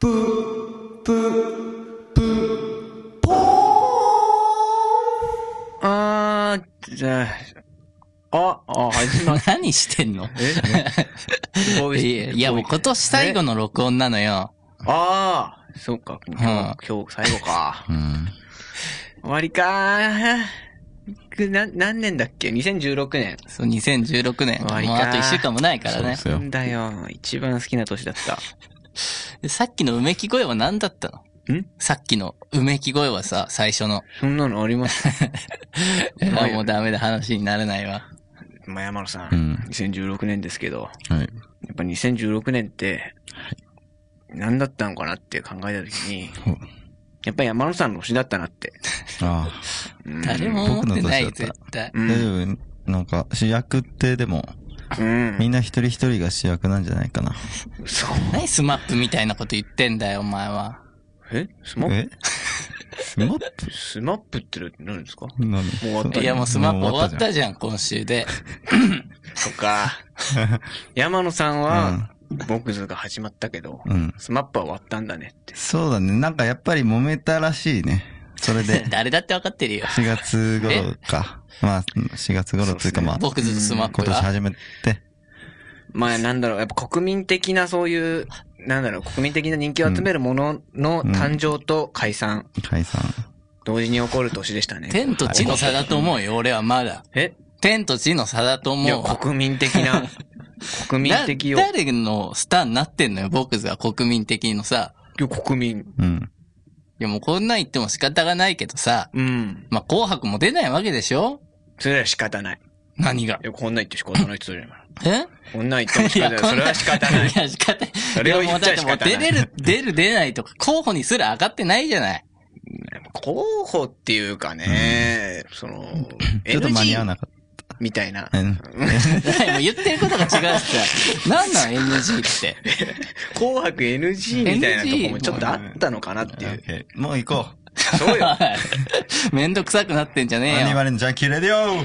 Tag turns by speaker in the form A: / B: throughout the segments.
A: ぷ、ぷ、ぷ、ぽーあー、じゃあ、あ、あ、始まっ
B: 何して んの
A: た。
B: いやいや、もう今年最後
A: の。
B: の録音なのよ。
A: ああ、そうか、今日、今日最後 か。
B: うん。
A: 終わりかー。くな、何年だっけ ?2016 年。
B: そう、2016年。
A: 終わりか
B: もうあと1週間もないからね。
A: なんだよ、一番好きな年だった。
B: でさっきのうめき声は何だったの
A: ん
B: さっきのうめき声はさ、最初の。
A: そんなのあります
B: え
A: ないよね
B: もうダメだ、話にならないわ。
A: まあ、山野さん,、
C: うん
A: 2016年ですけど、
C: はい。
A: やっぱ2016年って、何だったのかなって考えたときに、
C: ほ
A: やっぱり山野さんの推しだったなって。
C: ああ、
A: うん
B: 誰も思ってない、
C: 僕の年だ
B: 絶
C: っ
B: 対。
A: うん。
C: 大丈夫なんか、主役ってでも、
A: うん
C: みんな一人一人が主役なんじゃないかな。
A: そう。
B: 何スマップみたいなこと言ってんだよ、お前は。
A: えスマッ
C: え スマッ
A: プスマップって何ですか
C: プ何
A: 終わった
B: いや、もうスマップ終わっ
C: じ
B: たじゃん、今週で。
A: そっ か。山野さんは、僕ズが始まったけど、
C: ゃんうん。
A: スマップは終わったんだねって。
C: そうだね。なんかやっぱり揉めたらしいね。それで、
B: 誰 だってわかってるよ。
C: 4月頃か。まあ、4月頃というかまあ、
B: 僕ずっとスマッ
C: 今
B: プ
C: 年
B: が。
C: 始めて、
A: まあなんだろう、やっぱ国民的なそういう、なんだろう、国民的な人気を集めるものの誕生と解散、
C: 解散。
A: 同時に起こる年でしたね。
B: 天と地の差だと思うよ、俺はまだ。
A: え
B: 天と地の差だと
A: いや、
B: 思うわ。
A: 国民的 な、国民的よ
B: だ。誰のスターになってんのよ、僕が国民的のさ。
A: いや国民。
C: うん。
B: いやもうこんなん言っても仕方がないけどさ。
A: うん。
B: まあ、紅白も出ないわけでしょ
A: それは仕方ない。
B: 何が
A: い。や、こんなん言って仕方ないって言ってたじゃん今
B: え
A: こんなん言っても仕方ない。それは仕方ない
B: い。や、仕方ない。
A: それを言っちゃ
B: いや
A: 仕
B: もうだ
A: 方ない
B: てもう出れる、出る出ないとか、候補にすら上がってないじ ゃない。
A: 候補っていうかね、その、
C: ちょっと間に合わ
A: NG
C: なかっ
A: みたいな
C: た。。うん。
B: はいもう言ってることが違うしさ。なんなん NG って。
A: 紅白 NG みたいなとこもちょっとあったのかなっていう。
C: OK もう行こう。
A: そうよ。
B: めんどくさくなってんじゃね
C: ア
B: え
C: ニマ
B: よ。
C: ルのジャンキーレディオ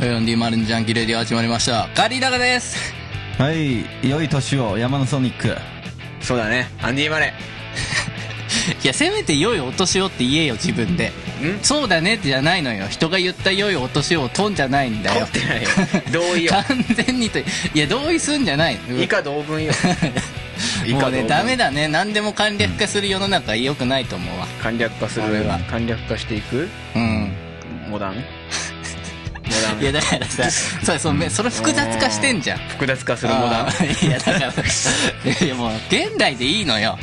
B: 4D0 ジャンキーレディオ始まりました。ガリラガです。
C: はい。良い年を、山のソニック。
A: そうだね。アンディ・マレ
B: いや、せめて良いお年をって言えよ、自分で。
A: ー。ん
B: そうだねってじゃないのよ。人が言った良いお年をとんじゃないんだ
A: 取
B: よ
A: っ。てないよ。同意よ。
B: 完全にと、いや、同意すんじゃない。
A: 以下同文よ。以
B: も
A: 下
B: うね、ダメだね。何でも簡略化する世の中は良くないと思うわ。
A: 簡略化する
B: あれは
A: 簡略化していく
B: うん。
A: モダンモダン
B: いや、だからさ、そうそうめそれ複雑化してんじゃん。
A: 複雑化するモダン
B: あー いや、だから、いや、もう、現代でいいのよ。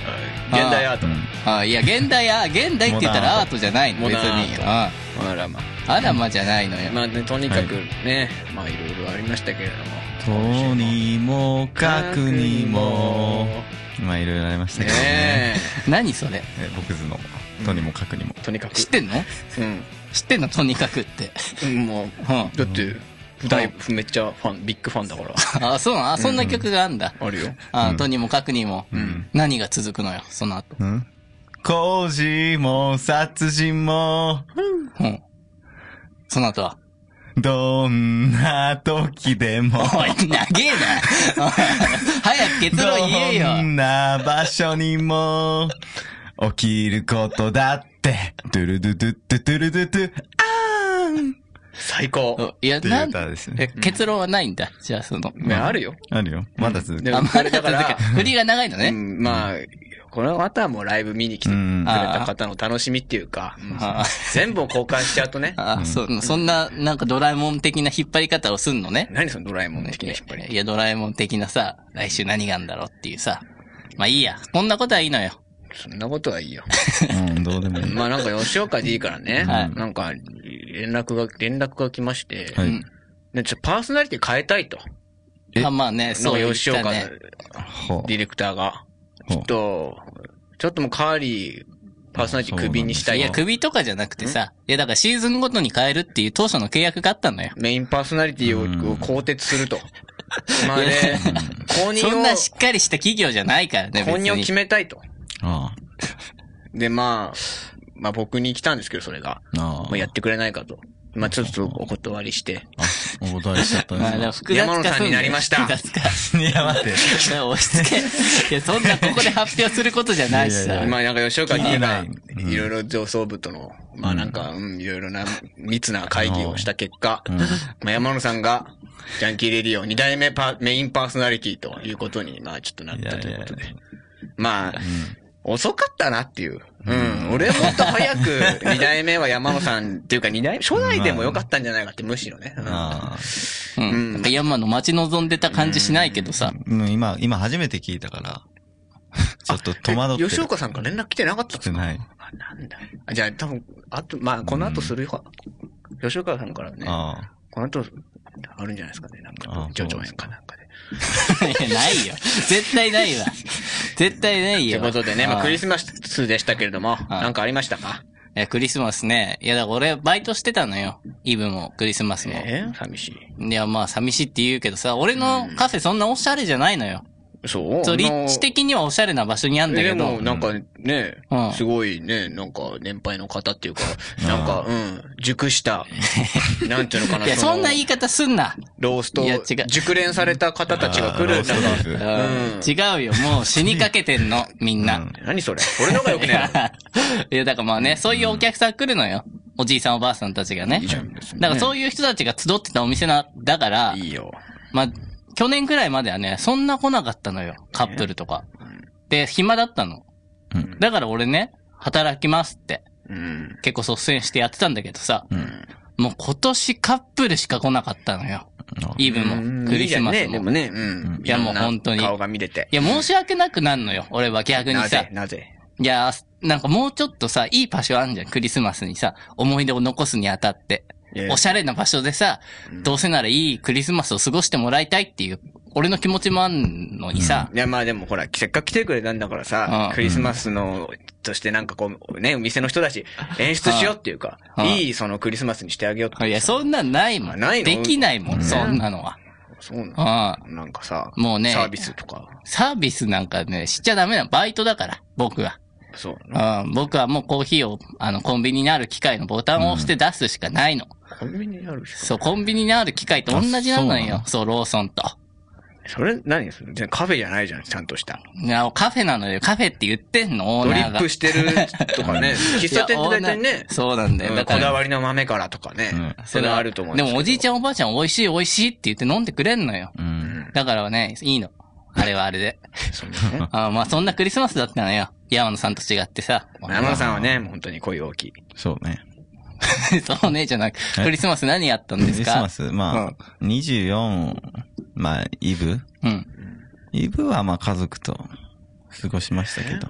A: 現代アート
B: あーいや、現代や、現代って言ったらアートじゃないの、
A: モ
B: 別
A: ダン
B: に。あ
A: あらま
B: ーあらまじゃないの
A: あ
B: よ。
A: まあねとにかくね、まあいろいろありましたけれども
C: とにもかくにも。まあいろいろありましたけどね。
A: ね
B: 何それ
C: え僕図の、とにもかくにも。
A: えとにかく
B: 知ってんの
A: うん
B: 知ってんのとにかくって。
A: うんもう
B: うん。
A: だってだいぶめっちゃファンビッグファンだから
B: あー、そうなのあ、そんな曲があんだ。
A: あるよ
B: あーとにもかくにも、何が続くのよ、その後。
C: うん工事も殺人も、
B: うん。その後は。
C: どんな時でも、
B: おい、長えな。 おい早く結論言えよ。
C: どんな場所にも、起きることだって、ドゥルドゥドゥドゥドゥルドゥドゥ、あーんっ
A: 最高
B: おいや、
C: てい
B: な
C: うん歌ですね。
B: え、結論はないんだ。じゃあ、その。
A: ねあるよ
C: あるよ。まだ続く
A: で。も
B: あ、ま
A: こ
B: だ
A: れだ
B: 続
A: から
B: け振りが長いの
A: う
B: ね。
A: んまあこの後はもうライブ見に来て
C: う
A: くれ
C: ん
A: た方の楽しみっていうかうん
B: あ
A: 全部を交換しちゃうとね
B: あ、そう、そんな、なんかドラえもん的な引っ張り方をすんのね。
A: 何そのドラえもん的な引っ張
B: い
A: り。
B: や、ドラえもん的なさ、来週何があんだろうっていうさ。まあいいや。こんなことはいいのよ。
A: そんなことはいいよ。
C: うん、どうでもいい。
A: まあなんか吉岡でいいからね。
B: はい
A: なんか、連絡が、連絡が来まして、
C: は
B: うん
C: い。
A: ねちょパーソナリティ変えたいと。
C: え
B: まあまあね、そ
A: なん
B: う言
A: か
B: っ
A: 吉
B: た
A: 岡、
B: ね。
C: ほう
A: ディレクターが。ち
C: ほ
A: ょっと、ちょっともうカーリー、パーソナリティクビにした
B: い
A: い
B: や、
A: や、
B: 首とかじゃなくてさ、いや、だからシーズンごとに変えるっていう当初の契約があったのよ。
A: メインパーソナリティをを更迭する と。まあね、公認
B: そん
A: を、
B: なしっかりした企業じゃないからね、
A: 公
B: 別
A: 認を
B: に
A: 決。めたいと。
C: あ
A: で、まあ、まあ僕に来たんですけど、それが。
C: あ。ああ。
A: まあやってくれないかと。まあちょっとお断りして。
C: あ、お断りしちゃったん
B: まあ、だから
C: です
B: 複雑化
A: 山野さんになりました
B: 複雑化。
C: ね。 いや、待って。
B: いや押し付け。いや、そんなここで発表することじゃないし
C: いやい
B: さ
C: や。
A: まあなんか吉岡
C: 聞いて
A: D
C: な
A: が
C: いうん
A: いろいろ上層部との、まあなんか、うん、いろいろな密な会議をした結果、
C: ん
A: まあ山野さんが、ジャンキーレディオ2代目パーメインパーソナリティということに、まあちょっとなったということで。まあ、遅かったなっていう。うん。俺もっと早く2代目は山野さんっていうか2代目、初代でもよかったんじゃないかってむしろね。うん
C: ああ。
B: うん。なんか山の待ち望んでた感じし ないけどさ。
C: うん、今、今初めて聞いたから、 ちょっと戸惑ってる。
A: 吉岡さんから連絡来てなかった
C: 来
A: んで
C: て
A: すか
C: ない。
A: あなんだ。あじゃあ多分、あと、まあこの後するよ。吉岡さんからね。
C: あ
A: この後、あるんじゃないですかね。なんか
C: あ、
A: 上長編かなんかで。
B: いや、ないよ。絶対ないわ。絶対ない
A: とい
B: よ。
A: うことでね、まあクリ
B: ス
A: スマスでしたけれども、なんかありましたか
B: いや、クリスマスね。いや、だから俺、バイトしてたのよ。イブも、クリスマスも。
A: ええ寂しい。
B: いや、まあ、寂しいって言うけどさ、俺のカフェそんなオシャレじゃないのよ。
A: そう
B: そう、立
A: あの
B: 地的にはオシャレな場所にあんだ
A: で
B: け
A: も、
B: ど。
A: なんかね
B: うん、
A: すごいね、なんか年配の方っていうか、なんか、うん、熟 した、なんていうのかな、
B: いや、そんな言
A: の
B: い方すんな。
A: ロースト
B: いや違う、
A: 熟練された方たちが来
C: ロ
A: る、
C: ース
A: な
C: ト
A: んか、
C: ビーフ
A: ん
B: 違うよ、もう死にかけてんの、みん な。
A: 何それ俺のがよくね
B: いや、だからまあね、そういうお客さん来るのよ。おじいさんおばあさんたちがね。 だからそういう人たちが集ってたお店な、だから
A: い、いよ。
B: まあ、去年くらいまではね、そんな来なかったのよ。カップルとか。で、暇だったの
C: うん。
B: だから俺ね、働きますって、
A: うん。
B: 結構率先してやってたんだけどさ、
C: うん
B: もう今年カップルしか来なかったのよ。
C: あ。
B: イブも、クリスマ
A: いい
B: ス
A: じゃんねで
B: も。
A: もね、うん。
B: いやもう本当
A: いろん
B: に
A: な顔が見れて
B: い。や、申し訳なくなんのよ。俺は逆に
A: な
B: さ
A: ぜ。なぜ
B: いやー、なんかもうちょっとさ、いい場所あんじゃん、クリスマスにさ、思い出を残すにあたって。
A: いや
B: おしゃれな場所でさ、どうせならいいクリスマスを過ごしてもらいたいっていう、俺の気持ちもあんのにさ、
A: いや、まあでもほら、せっかく来てくれたんだからさ
B: う、ん
A: クリスマスの、としてなんかこう、ね、お店の人だし、演出しようっていうか
B: う、ん
A: いいそのクリスマスにしてあげようって。
B: いや、そんなんないもん。
A: ないの
B: できないもん、そんなのは。
A: そうな
B: うん。
A: のなんかさ、
B: もうね
A: サービスとか、
B: サービスなんかね、しちゃダメなのバイトだから、僕は。
A: そうなの
B: うん、僕はもうコーヒーを、あの、コンビニにある機械のボタンを押して出すしかないの。
A: コンビニにあるし。
B: そう、コンビニにある機械と同じなのよ。そう、ローソンと。
A: それ、何それ全然カフェじゃないじゃん、ちゃんとした。
B: いや、カフェなのよ。カフェって言ってんのオー
A: ドリ
B: ナー
A: ッ
B: が。
A: プしてるとか ね、喫茶店って大体
B: いやオーナ
A: ね
B: ー、そうなんだよ。
A: うん
B: だ
A: こ
B: から。
A: だわりの豆からとかね
C: うん、
A: それはあると思うん
B: です
A: け
B: も
A: ど
B: おじいちゃんおばあちゃん美味しい美味しいって言って飲んでくれんのよ。
C: うん。
B: だからね、いいの。あれはあ れで。
A: そうね
B: あまあそんなクリスマスだったのよ。山野さんと違ってさ。
A: 山田さんはね、もう本当に恋大きい。
C: そうね。
B: そうね、じゃなく。クリスマス何やったん
C: ク
B: で
C: リ
B: す
C: ス
B: か
C: マス、まあ、24、まあ、イブ
B: うん。
C: イブはまあ家族と過ごしましたけど。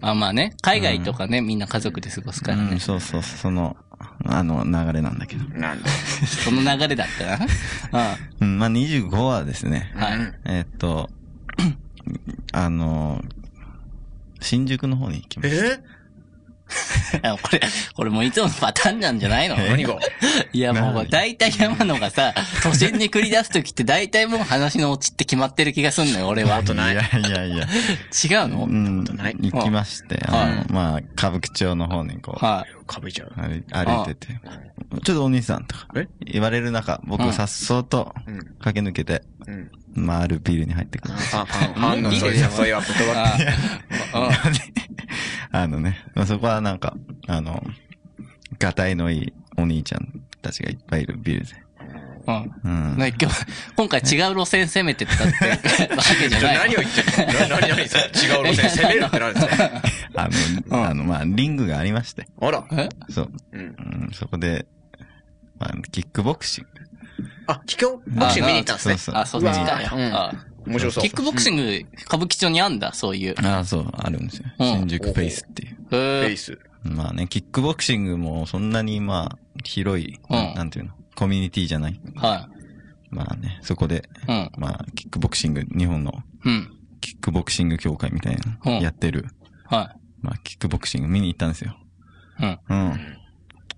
B: まあまあね、海外とかね、みんな家族で過ごすから
C: う
B: ね
C: ん、。そうそう、その、あの流れなんだけど。
A: なんだ。
B: その流れだった な。
C: うん、まあ25はですね
B: うん。、は
A: う
B: い。
A: ん
C: えーっと、 あの、新宿の方に行きました。
A: え
B: あこれ、これもういつものパターンなんじゃないの
A: 何が
B: いやもう、大体山野が さ、都心に繰り出すときって大体もう話のオチって決まってる気がすんのよ、俺は。
A: とない
C: いやいやいや。
B: 違うの、
C: うん、
A: とない
C: 行きまして、
B: はい
C: あの、まあ、歌舞伎町の方にこう、
B: はい。
A: かぶいちゃう。
C: 歩い歩いてて、ちょっとお兄さんとか
A: え
C: 言われる中、
B: う
C: 僕
B: ん
C: さっそうと
A: うん。
C: 駆け抜けて、
A: うん。
C: まあ、あるビルに入ってくる。
A: ファン、ファン、ファンのそういう誘いは断っ
B: ああ
C: あのね、まあ、そこはなんか、あの、がたいのいいお兄ちゃんたちがいっぱいいるビルで。
B: うんうん
C: うん。
B: ね今日、今回違う路線攻めてったって、わ けじゃ
A: て。
B: ない。
A: 何を言ってるの何何それ違う路線攻めるってなんです か
C: あの、あの、まあ、リングがありまして。
A: あら。
B: え
C: そう。
A: うん。
C: うん、そこで、まあ、キックボクシング。
A: あ、キックボクシング見に行ったんですね。
C: そう
B: あ、そっちかよ。
A: うわうん
B: あ
A: 面白そう。
B: キックボクシング、歌舞伎町にあんだ、そういう。
C: ああ、そう、あるんですよ。
B: うん
C: 新宿フェイスっていう。
B: へ
A: フェ
B: ー
A: イス。
C: まあね、キックボクシングもそんなにまあ、広い、
B: うん
C: ななんていうの、コミュニティじゃない。
B: は
C: まあね、そこで、
B: い。うん。
C: まあ、キックボクシング、日本の
B: うん。
C: キックボクシング協会みたいな、
B: うん
C: やってる
B: は
C: まあ、キックボクシング見に行ったんですよ。
B: うん。
C: うん。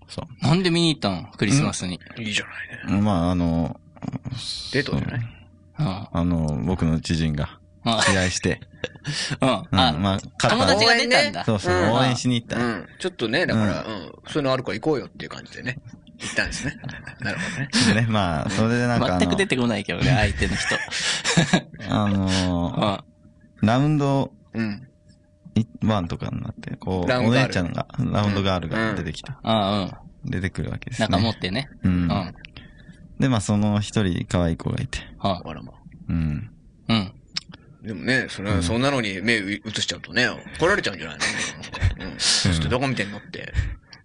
C: そ
B: なんで見に行ったのクリスマスに。
A: いいじゃないね。
C: う。まあ、あの、
A: デートじゃない
B: うん。うん。
C: あの、僕の知人が
B: あ
C: 試合して、うん、
B: あ、
C: まあ、勝
B: 友
C: った
B: 達が出たんだ。
C: そうそう、
A: うん
C: 応援しに行った。
A: うん。ちょっとね、だから、うん、そういうのあるから行こうよっていう感じでね。行ったんですね。なるほどね。
C: でね、まあ、それでなんかあ
B: 全く
C: の
B: 出、てこないけどね、相手の人。
C: あ
B: う
C: の
B: ん。
C: ー、ラウンド
A: うん。
C: 1とかになって、こう、
A: ラウン
C: お
A: ドガール
C: 姉ちゃんが、ラウンドガールが出てきた。
B: あうん。
C: 出てくるわけです
B: な
C: ね。
B: んか持ってね。
C: う
B: うんん。。うん。
C: で、まあ、その一人可愛い子がいて。
A: だからまあ。
C: うん。
B: うん。
A: でもね、それ、そんなのに目う移しちゃうとね、怒られちゃうんじゃないのうん。そしてどこ見てんのって。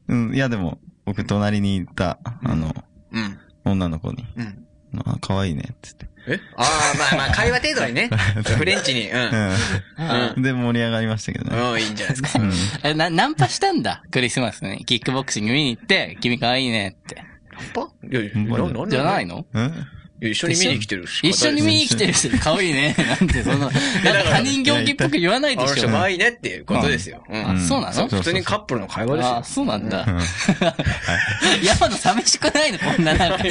C: うん、いや、でも、僕、隣にいた、あの、
A: うん。
C: 女の子に、
A: うん。
C: あ、可愛いね、っつって。
A: えああ、まあまあ、会話程度にね。フレンチに。うん。
C: うん。で、盛り上がりましたけどね。
A: うん、いいんじゃないですか。
C: うん。
B: え、な、ナンパしたんだ。クリスマスに。キックボクシング見に行って、君可愛いねって。
A: ナンパいやいや、ななんだ
B: じゃないの
C: うん
A: いや一緒に見に来てるし。
B: 一緒に見に来てる人に可愛いね。なんて、その、なんか他人行儀っぽく言わない
A: あ
B: で
A: の
B: し
A: 人、
B: ょ。
A: 可
B: あ、
A: 愛いねっていうことですよ。うん。
B: そうなの
C: そう
A: 普通にカップルの会話ですよ
B: あ、。そうなんだ。
C: ん
B: 山野寂しくないのこんななんか。い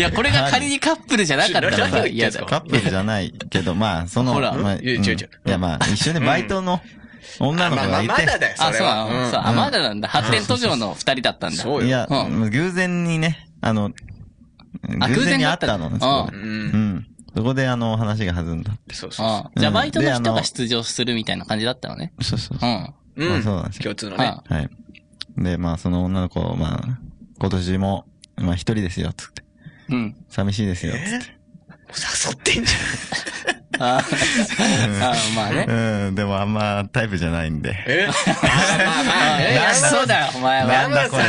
B: や、これが仮にカップルじゃなかったら
A: 何を言っ
B: さ、
A: てん
B: 嫌だ
A: す
B: よ。
A: か
C: カップルじゃないけど、まあ、その、
B: ほら
C: まあ、
A: いや
C: ん
A: 違う違う
C: いや、まあ、一緒でバイトの女の子
A: まあま
C: が
A: あ、
C: い
A: まだ
C: て、
A: だよ、そ
B: あ、
A: れ
B: そうな
A: は。
B: の、そう、
A: ん
B: あ、まだなんだ。発展途上の二人だったんだ。
A: そう
C: い
A: よ。
C: や
B: う、
C: 偶然にね、あの、
B: あ
C: 偶然に会ったのね、
B: 偶然だっ
C: そう
B: た
C: こ
A: ん
C: う。ん。そこで、あの、話が弾んだ。
A: そうそう
B: あ
A: そ
B: じゃあ、
C: うん
B: バイトの
C: であ
B: 人
C: の
B: が出場するみたいな感じだったのね。
C: そうそう
B: う。ん。
A: う。う
C: まあ
A: ん。
C: そうなんですよ
A: 共通のね。
B: あ
C: はい。で、まあ、その女の子、まあ、今年も、まあ、一人ですよ、つって。
B: うん。
C: 寂しいですよ、つっ
A: 誘ってんじ
B: ああ、まあね。
C: て。うん、でもあんまタイプじゃないんで。
A: ゃん。え まあまあ
B: え
A: ね。
B: そうだよ、お前は。
A: なんだこれ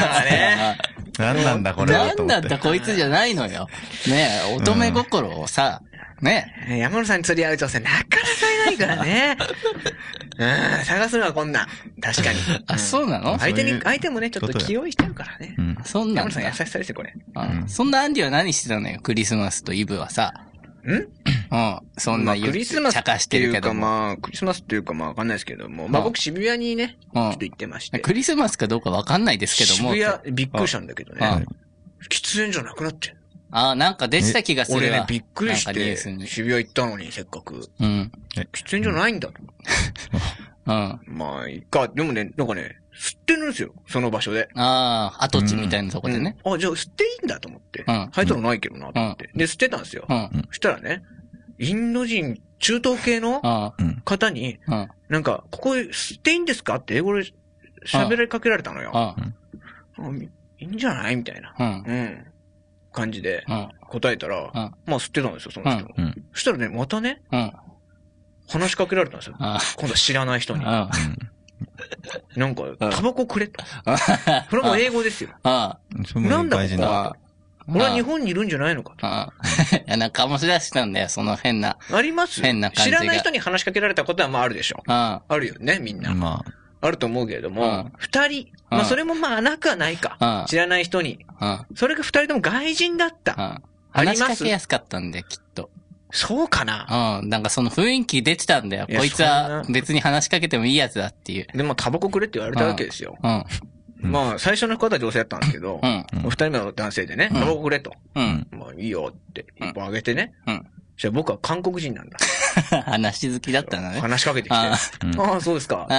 C: なんなんだこれは
B: な
C: と
B: ん
C: 思
B: だ
C: っ。
B: ってたこいつじゃないのよ。ねえ、乙女心をさ、ね
A: ね山野さんに釣り合う女性なかなかいないから ね。うん、探すのはこんな。確かに。
B: え。あ、そうなの
A: 相手
C: そうい
A: に、
C: う
A: 相手もね、ちょっと気負いしちゃうからね
C: う。ん。
B: そんな
A: 山
B: ん
A: 野さん
B: だ
A: 優。しさですよ、これ。
B: うんそんなアンディは何してたのよ、クリスマスとイブはさ。
A: ん
B: うん。そんな
A: まあクリスマス
B: 茶化し
A: って
B: てる
A: い
B: け
A: うか
B: ども。
A: まあ、クリスマスっていうかまあわかんないですけども、まあ
B: うん
A: 僕渋谷にね、ち
B: う
A: ょ
B: ん
A: っと行ってまして。
B: クリスマスかどうかわかんないですけども。
A: 渋谷、びっくりしたんだけど
B: あ
A: ね。喫煙じゃなくなってんの
B: ああ、なんか出てた気がするわ。
A: 俺ね、びっくりし
B: なんかニュース
A: て、
B: に。
A: 渋谷行ったのにせっかく。
B: うん。
A: 喫煙所ないんだと。
B: うん。あ
A: まあ、いいか。でもね、なんかね、吸ってるんですよ。その場所で。
B: あ、跡地みたいなとこでね。
A: うんあ、じゃあ吸っていいんだと思って。
B: うん
A: 入ったのないけどな、と思って。で、吸ってたんですよ
B: う。ん。
A: そしたらね、インド人、中東系の
B: うん。
A: 方に、
B: うん。
A: なんか、ここ吸っていいんですかって英語で喋りかけられたのよ。
B: うん。
A: あいいんじゃないみたいな。
B: うん。
A: うん。感じで
B: うん。
A: 答えたら、
B: うん
A: まあ吸ってたんですよ、その人。
C: うん
A: そしたらね、またね、
B: うん。
A: 話しかけられたんですよ。
B: あ
A: 今度は知らない人に。
B: あ。
A: なんか、タバコくれと。それも英語ですよ。
B: あ
C: それも大事な。
B: あ。
A: 俺は日本にいるんじゃないのかと。
B: ああ。なんか醸し出したんだよ、その変な。
A: あります
B: 変な感じ
A: 知
B: が
A: らない人に話しかけられたことはまああるでしょ。
B: あ
A: あるよね、みんな。
C: ま
A: あると思うけれど
B: う
A: も
B: ん、
A: 二人。ま
B: う
A: あ
B: ん
A: それもまあなくはないか
B: うん。
A: 知らない人に。
B: あ。
A: それが二人とも外人だった。
B: あ話しかけやすかったんだよ、きっと。
A: そうかな
B: うん。なんかその雰囲気出てたんだよ。こいつは別に話しかけてもいいやつだっていう。
A: でもタバコくれって言われたわけですよ。
B: うん。
C: うん
A: まあ最初の方は女性だったんですけど
B: う、ん。
A: お二人目の男性でね、
B: うん
A: タバコくれと。
B: うん。
A: まあいいよって、一本あげてね。
B: うん。
A: じゃあ僕は韓国人なんだ。
B: 話好きだったんだね。
A: 話しかけてきて。
B: あ
A: ああ、そうですか。って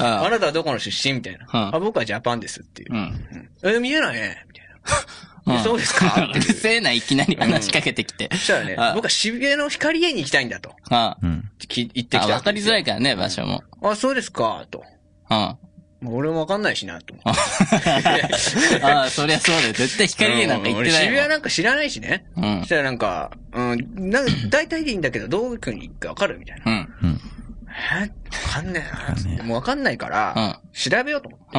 A: あなたはどこの出身みたいな。
B: うん
A: あ、僕はジャパンですっていう
B: う。ん。
A: え、見えないね。みたい
B: うん
A: な。えそうですかっ
B: う
A: て
B: る
A: いうそ
B: せえな、いきなり話しかけてきて。
A: したらね
B: あ、
A: 僕は渋谷の光栄に行きたいんだと。
B: あ
C: あ、うん。
A: き言ってき
B: あ、
A: た。
B: わかりづらい
A: か
B: からね、場所も。
A: ら。あ、そうですか、と。
B: うん。あ
A: まあ俺もわかんないしな、と思って。
B: あ、そりゃそうだよ。絶対光でなんか言って
A: うん俺
B: ない
A: 渋谷
B: も
A: なんか知らないしね。
B: ん。うん
A: そし。たらなんか、うん、なんか大体でいいんだけど、どういう風に行くかわかるみたいな。
B: うん。
C: うん。
A: えわかんねえな。もうわかんないから、調べようと思
B: う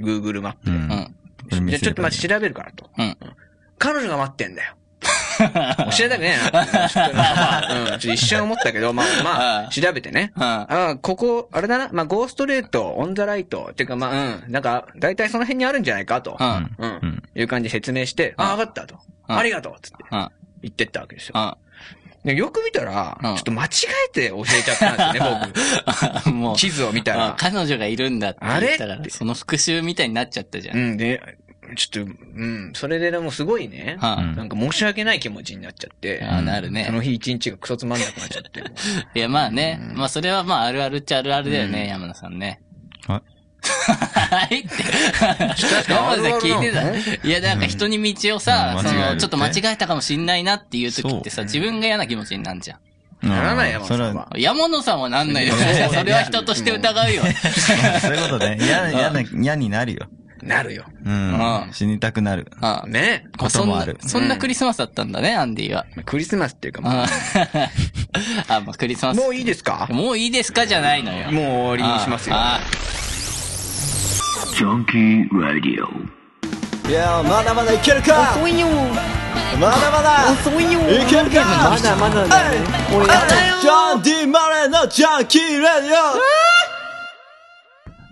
B: ん。
A: う。Google マッ
C: う
A: プ
C: ん。
B: う
C: こ
B: ん。
C: れ
A: で。
C: 見
A: じゃあ
C: せ
A: ちょ
C: れ
A: っと
C: ばいい
A: 待って、調べるからと。
B: うん。
A: 彼女が待ってんだ よ。教えたくねえな。ちょっとまあうん、ちょっと一瞬思ったけど、まあ まあ、調べてね。
B: うん。
A: ああ、ここ、あれだな。まあ、ゴーストレート、オンザライト、っていうかまあ、うん、なんか、大体その辺にあるんじゃないかと
B: う。ん。
A: うん。
C: ん
A: いう感じで説明して、ああ、わかったと。
B: うん
A: ありがとうつって
B: うん。
A: 言ってったわけですよ。
B: うん。
A: でよく見たら、
B: うん
A: ちょっと間違えて教えちゃったんです よね、
B: もう
A: 僕。、地図を見た
B: あ
A: ら。
B: 彼女がいるんだって言った
A: あ
B: ら
A: れ、
B: その復讐みたいになっちゃったじゃ。
A: うんん、で、ちょっと、うん、それででもすごいね、
B: は
C: う
B: あ
C: ん
A: なんか申し訳ない気持ちになっちゃって、
B: ああなるね
A: そ。の日一日がクソつまんなくなっちゃ って。
B: いや、まあね。まあ、それはまあ、あるあるっちゃあるあるだよね、
A: うん
B: 山田さんね。
C: はい
B: はいって。
A: 確
B: 山
A: か
B: 田
A: に
B: さん聞いて
A: あ るあるなの
B: た。いや、なんか人に道をさ
C: う、ん
B: そ
C: 間違えるっ
B: の、
C: て
B: ちょっと間違えたかもしんないなっていう時ってさ、自分が嫌な気持ちになるじゃん。
A: ならない
C: よ、
A: 山
C: そ
A: 本
C: れ
A: さん
C: は
A: は。
B: 山野さんはなんないで
A: そう
B: しょ。それは人として疑うよ。
C: そういうことね。嫌、嫌な、嫌になるよ。
A: なるよ。
C: うん
B: う。ん
C: 死にたくなる。
B: ああ
A: ね
C: こともある
B: そんな、そんなクリスマスだったんだね、アンディは。
A: クリスマスっていうか、も
B: あ ああ、まあ、クリスマ
A: う
B: ス。
A: もういいですかも
B: もういいですかじゃないのよ。
A: う終わりにしますよ。
B: あ
D: いやまだまだいけるか遅いよまだまだ遅いよいけるかまだまだだねジャンディ・マレーのジャンキー・レディオ
B: あ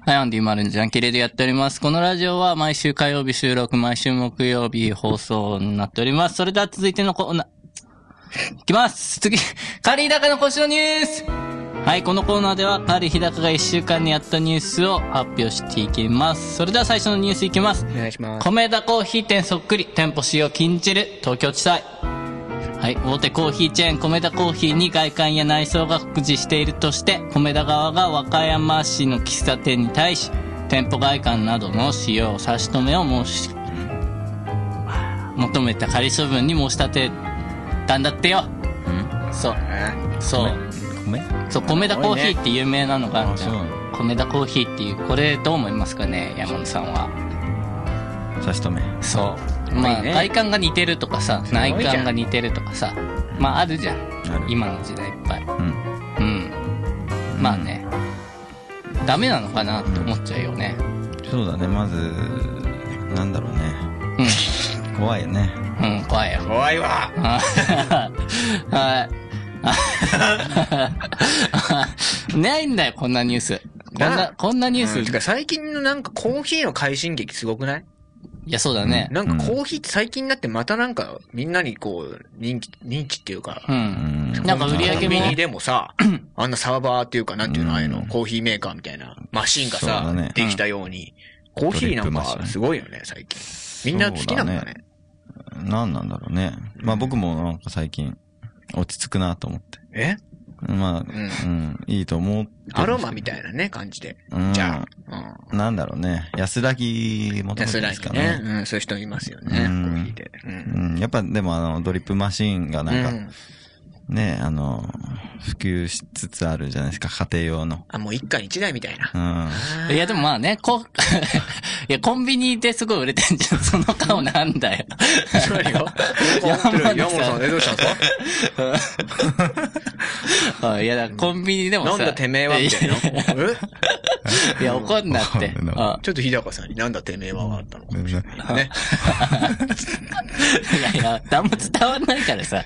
B: はい、アンディ・マルンジャンキレでやっております。このラジオは毎週火曜日収録、毎週木曜日放送になっております。それでは続いてのコーナー。いきます次カリー高の腰のニュースはい、このコーナーではカリー日高が1週間にやったニュースを発表していきます。それでは最初のニュースいきます。
A: お願いします。
B: 米田コーヒー店そっくり店舗使用禁じる東京地裁はい大手コーヒーチェーン米田コーヒーに外観や内装が酷似しているとして米田側が和歌山市の喫茶店に対し店舗外観などの使用差し止めを申し求めた仮処分に申し立てたんだってよそうそう
C: 米
B: そう米田コーヒーって有名なのがあるじゃ
C: あそうんな
B: 米田コーヒーっていうこれどう思いますかね山野さんは
C: 差し止め。
B: そう。
A: まあ
B: まあ、
A: ね
B: 外観が似てるとかさ、
A: ごい
B: 内
A: じゃん
B: 観が似てるとかさ、まああるじゃ
C: ある
B: ん。今の時代いっぱい。
C: うん。
B: うん。まあね。ダメなのかなって思っちゃうよね。
C: そうだね、まず、なんだろうね。 怖いよね。
B: うん。うん、怖いよ。
A: 怖いわ。
B: あはい。 ないんだよ、こんなニュース。こん
A: な
B: な、こんなニュ
A: うん、て
B: ー
A: か
B: ス。
A: 最近のなんかコーヒーの快進撃すごくない
B: いや、そうだね。
A: なんかコーヒーって最近になってまたなんかみんなにこう、人気、人気っていうか
B: う、。
C: うんん。
B: なんか売り上げ
A: コンビ
B: も
A: ニ、でもさ、あんなサーバーっていうかなんていうの、
C: うん
A: ああいうの、コーヒーメーカーみたいなマシンが
C: そうだ
A: さ、
C: ね
A: できたように、コーヒーなん
C: ドリップマシ
A: か
C: ン
A: すごいよね、最近。みんな好きなんだ
C: そうだ
A: ね。
C: なんなんだろうね。まあ僕もなんか最近、落ち着くなと思って。
A: え
C: まあ、うん、いいと思って。
A: アロマみたいなね、感じで。
C: うん
A: じゃあ、
C: なんだろうね。安らぎ
A: うん。
C: 求め
A: 安
C: て
A: ら
C: です
A: ぎ
C: か
A: ね
C: ね。。
A: うん、そういう人いますよね、コ
C: うん
A: ーヒーで。うん。
C: うん、やっぱでもあの、ドリップマシーンがなんか、ね、あの、普及しつつあるじゃないですか、家庭用の。
A: あ、もう一貫一台みたいな
C: う。ん。
B: いや、でもまあね、こ、いや、コンビニですごい売れてんじゃん。その顔なんだよ。
A: そうよ。山本さん、山本さん、え、どうしたんですか
B: あいや、だからコンビニでもさ。
A: なんだてめえはみたいな。え
B: いや、怒んなって。
C: ごめんな
B: あ
A: ちょっと日高さんになんだてめえはがあったのかもしれないね。
B: いやいや、あんま伝わんないからさ。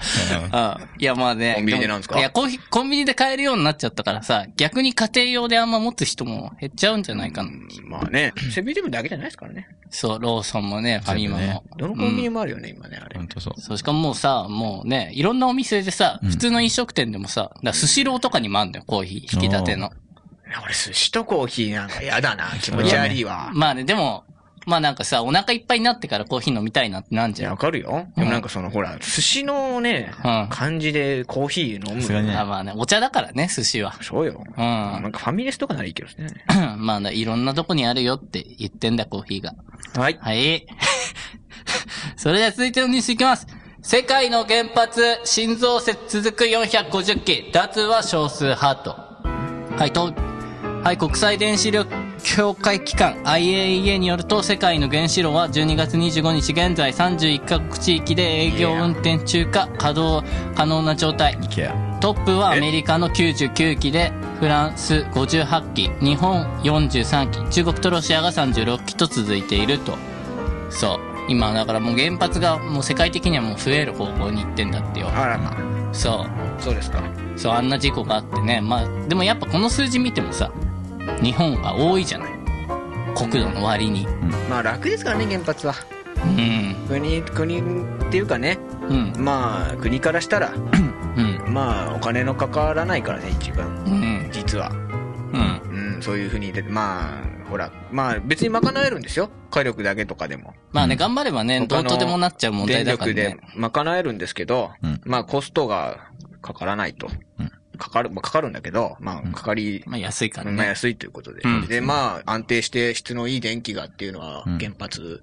B: あいや、まあね。
A: コンビニでなんですか
B: いや、コーヒーコンビニで買えるようになっちゃったからさ、逆に家庭用であんま持つ人も減っちゃうんじゃないかな。
A: まあね、セブンイレブンだけじゃないですからね。
B: そう、ローソンもね、ファミマ
C: 全部ね
B: も。
A: どのコンビニもあるよね、今ね、あれ
C: ほ。んとそう。
B: そう、しかももうさ、もうね、いろんなお店でさ、普通の飲食店でもさ、だからスシローとかにもあんだよ、コーヒー、引き立ての。
A: 俺、寿司とコーヒーなんか嫌だな、気持ち悪いわ。
B: まあね、でも、まあなんかさ、お腹いっぱいになってからコーヒー飲みたいなってなん
A: い
B: じ
A: や
B: ゃ
A: わ
B: ん。
A: かるよ。でもなんかその、ほら、寿司のね
B: うん、
A: 感じでコーヒー飲
C: さすが
A: む。
C: に
B: あまあね、お茶だからね、寿司は。
A: そうよ。
B: うん。
A: なんかファミレスとかならいいけどね。
B: まあね、いろんなとこにあるよって言ってんだ、コーヒーが。
A: はい。
B: はい。 それでは続いてのニュースいきます。世界の原発、新増設続く450基、脱は少数派と。はい、と、はい、国際電子力協会機関 IAEA によると、世界の原子炉は12月25日現在31カ国地域で営業運転中か稼働可能な状態。
C: イケア。
B: トップはアメリカの99機で、フランス58機、日本43機、中国とロシアが36機と続いていると。そう。今、だからもう原発がもう世界的にはもう増える方向に行ってんだってよ。
A: あらま、
B: そう。
A: そうですか。
B: そう、あんな事故があってね。まあ、でもやっぱこの数字見てもさ、日本が多いじゃない。国土の割に。
A: まあ楽ですからね、原発は。
B: うん。
A: 国、国っていうかね、
B: うん。
A: まあ、国からしたら、
B: うん。
A: まあ、お金のかからないからね、一番。
B: うん。
A: 実は。
B: うん。
A: うん、そういうふうに出て、まあ、ほら、まあ別に賄えるんですよ。火力だけとかでも。
B: まあね、頑張ればね、ど
A: 他
B: う
A: の
B: とでもなっちゃう問題
A: 電
B: だから
A: 力で
B: ね。
A: 賄えるんですけど、
C: うん
A: まあコストがかからないと。
C: うん
A: かかる、まあかかるんだけど、まあかかり、
B: まあ安いから
A: まあ
B: ね。
A: 安いということで。
B: うん
A: で、まあ安定して質のいい電気がっていうのは
C: うん
A: 原発